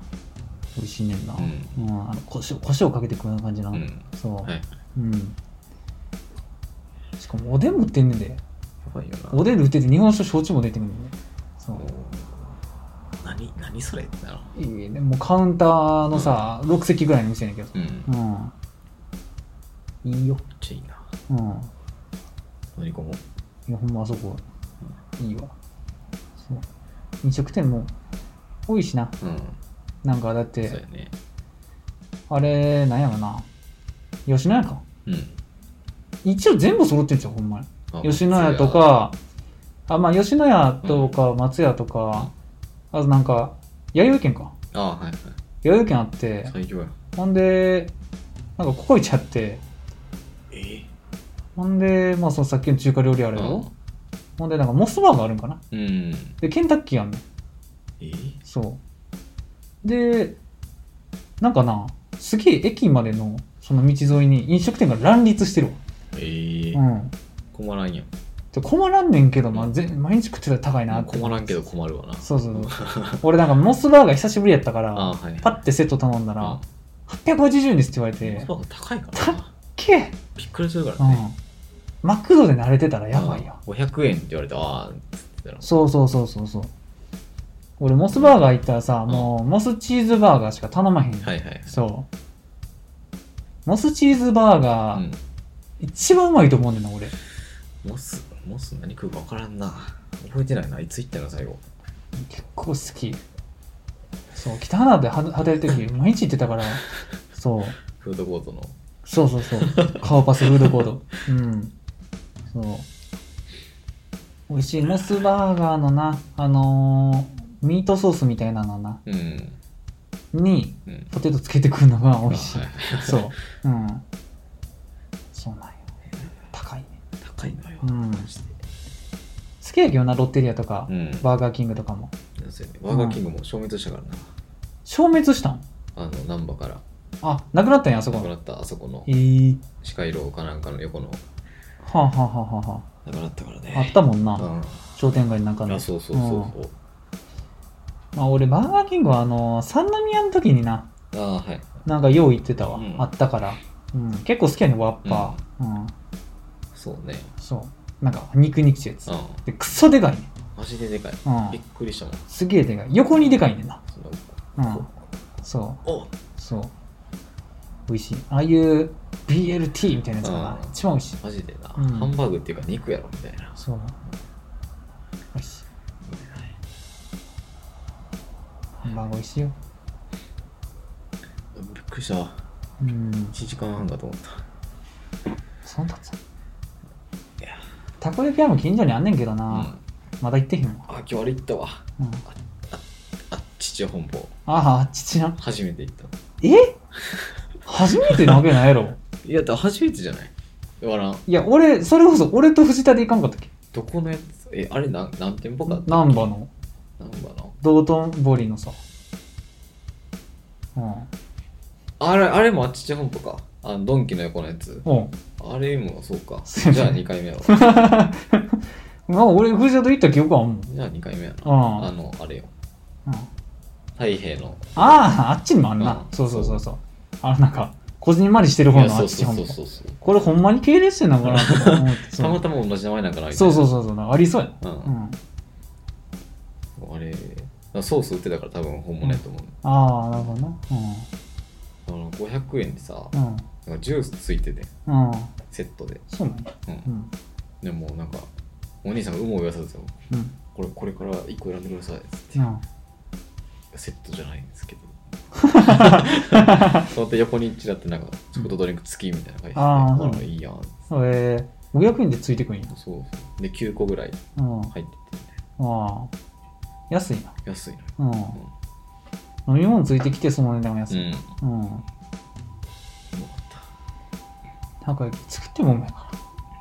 美味しいねんな、ううんんあの胡椒胡椒かけてくような感じな、うんそう、はいやうんしかもおでんも売ってんねんでばいよなおでんで売ってて日本酒と焼酎も出てくるんねんそう何何それってなるいいねもうカウンターのさ、6席ぐらいの店やねんけどうんうんいいよめっちゃいいなうん乗り込もういやほんまあそこいいわそう飲食店も多いしなうんなんかだっそうてやねあれなんやろな吉野家かうん一応全部揃ってんじゃんほんまにあ吉野家とかあまあ吉野家とか松屋とか、あとなんか弥生県かああはいはい弥生県あって最強やほんでなんかココイチあってええほんで、まあ、そのさっきの中華料理あるやろ、ほんで、なんかモスバーガーあるんかなうんで、ケンタッキーあんねん。えそう。で、なんかな、すげえ駅までのその道沿いに飲食店が乱立してるわ。ええうん。困らんやんで困らんねんけど、まあ、ぜ毎日食ってたら高いなって。困らんけど困るわなそうそうそう。俺なんかモスバーガー久しぶりやったかああら、はいパッてセット頼んだら、880円ですって言われうんて、モスバーガー高いからなけえびっくりするからうねん。マクドで慣れてたらやばいよ。うん500円って言われてああっつってたらそうそうそうそうそう。俺、モスバーガー行ったらさ、んもう、モスチーズバーガーしか頼まへん。はいはいそう。モスチーズバーガうー、ん一番うまいと思うねんだな、俺。モスモス何食うか分からんな覚えてないないつ行ったの最後結構好き。そう、北原で働いて る時、毎日行ってたから、そう。フードコートのそうそうそう。顔パスフードコード。うん。そう。美味しい。モスバーガーのな、あのーミートソースみたいなのな、うんに、うんポテトつけてくるのが美味しいあ。はそう。うん。そうなんよ。高いね。高いのようんマジで好きやけどな、ロッテリアとか、うんバーガーキングとかも。そうやねバーガーキングも消滅したからな消滅したんあの難波からあ、なくなったんや、あそなこく。なったあそこのえー。歯科医廊かなんかの横のはあ、はあはあはなくなったからねあ、はあったもんな。うんち商店街の中のあそうそうそんうそうまあ俺バーガーキングはあの三宮の時になあーはいなんかよう行ってたわ、うんあったから、うん、結構好きやねワッパー、うんそうねそうなんか肉肉しいやつあでクソでかいねマジででかいうんびっくりしたもんすげえでかい横にでかいねんなそのうんそおうそう美味しいああいう BLT みたいなやつかなうん一番美味しいマジでな、うんハンバーグっていうか肉やろみたいなそう美味しいハンバーグ美味しいよびっくりした1うん時間半だと思ったそんなついやたこ焼き屋も近所にあんねんけどな、うんまだ行ってへんわ、あ今日あれ行ったわうん、あ父本坊ああ父な初めて行ったえ初めてなわけないやろいやだ初めてじゃないわらんいや俺それこそ俺と藤田で行かんかったっけどこのやつえあれ何何店舗か難波の何番の道頓堀のさうんあれあれもあっち本舗かあドンキの横のやつおうあれもそう かそうじゃあ2回目やろじゃまあ俺藤田と行った記憶はあんもんあ2回目やなうんあのあれようん太平のあああっちにもあんな、うんそうそうそうそうあのなんかこじんまりしてるい方やのあそっうちそう本そう舗そうそうこれほんまに系列店なのかなとか思ってたそまうたま同じ名前なんかないそうそううそうそうなんかありそうやうなうんんあれだからソース売ってたから多分本物やと思うああなるほどなあの500円でさうんうなんんかジュースついててうんセットでそうなんやうんうんでもなんかお兄さんが有無を言わさずてもうんこれこれから1個選んでくださいっつってうんセットじゃないんです けどそうやって横にちらってなんかソフトドリンク付きみたいなあ感ーじであいいやんええ500円でついてくんやそうそうで9個ぐらいうん入っててああ安いな安いのようん飲み物ついてきてその値段は安うんい、ようんかったたこ焼き作ってもうまいか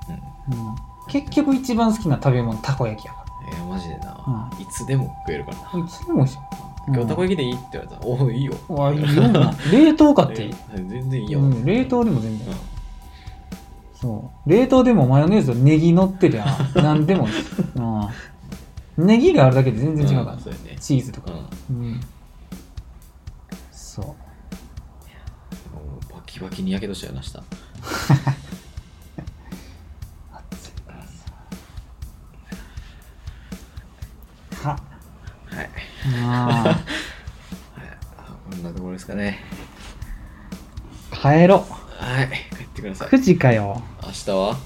うんら、うん、結局一番好きな食べ物たこ焼きやかいやマジでな、ういつでも食えるからならいつでも美味しいうん今日たこ焼きでいいって言われたら、おおいいよわいいよな冷凍かっていい、え全然いいよ、うん、冷凍でも全然、うんそう冷凍でもマヨネーズとネギ乗っ てりゃ何でもいい、うん、ネギがあるだけで全然違うから、んそうやねチーズとかうんうんそうもうバキバキにやけどしちゃいました熱いからさははいああこんなところですかねー帰ろはい帰ってください9時かよ明日は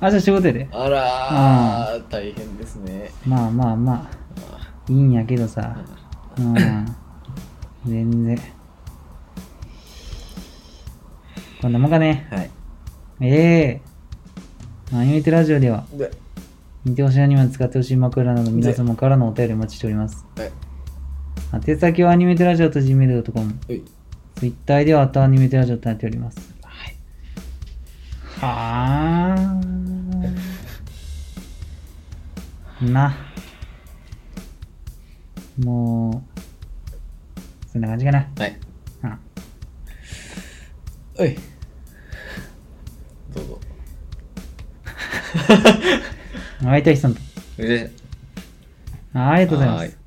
あじゃあ仕事やであらー大変ですねまあまあまあいいんやけどさうん全然こんなもんかねはいええまあゆめてラジオではで見てほしいアニメを使ってほしい枕など皆様からのお便りお待ちしておりますはい宛先はアニメテラジオと gmail.com ういツイッターではアットアニメテラジオとなっておりますはいはあ。な。もう、そんな感じかな。はいうんういどうぞ会いたい人と。であありがとうございまはすい。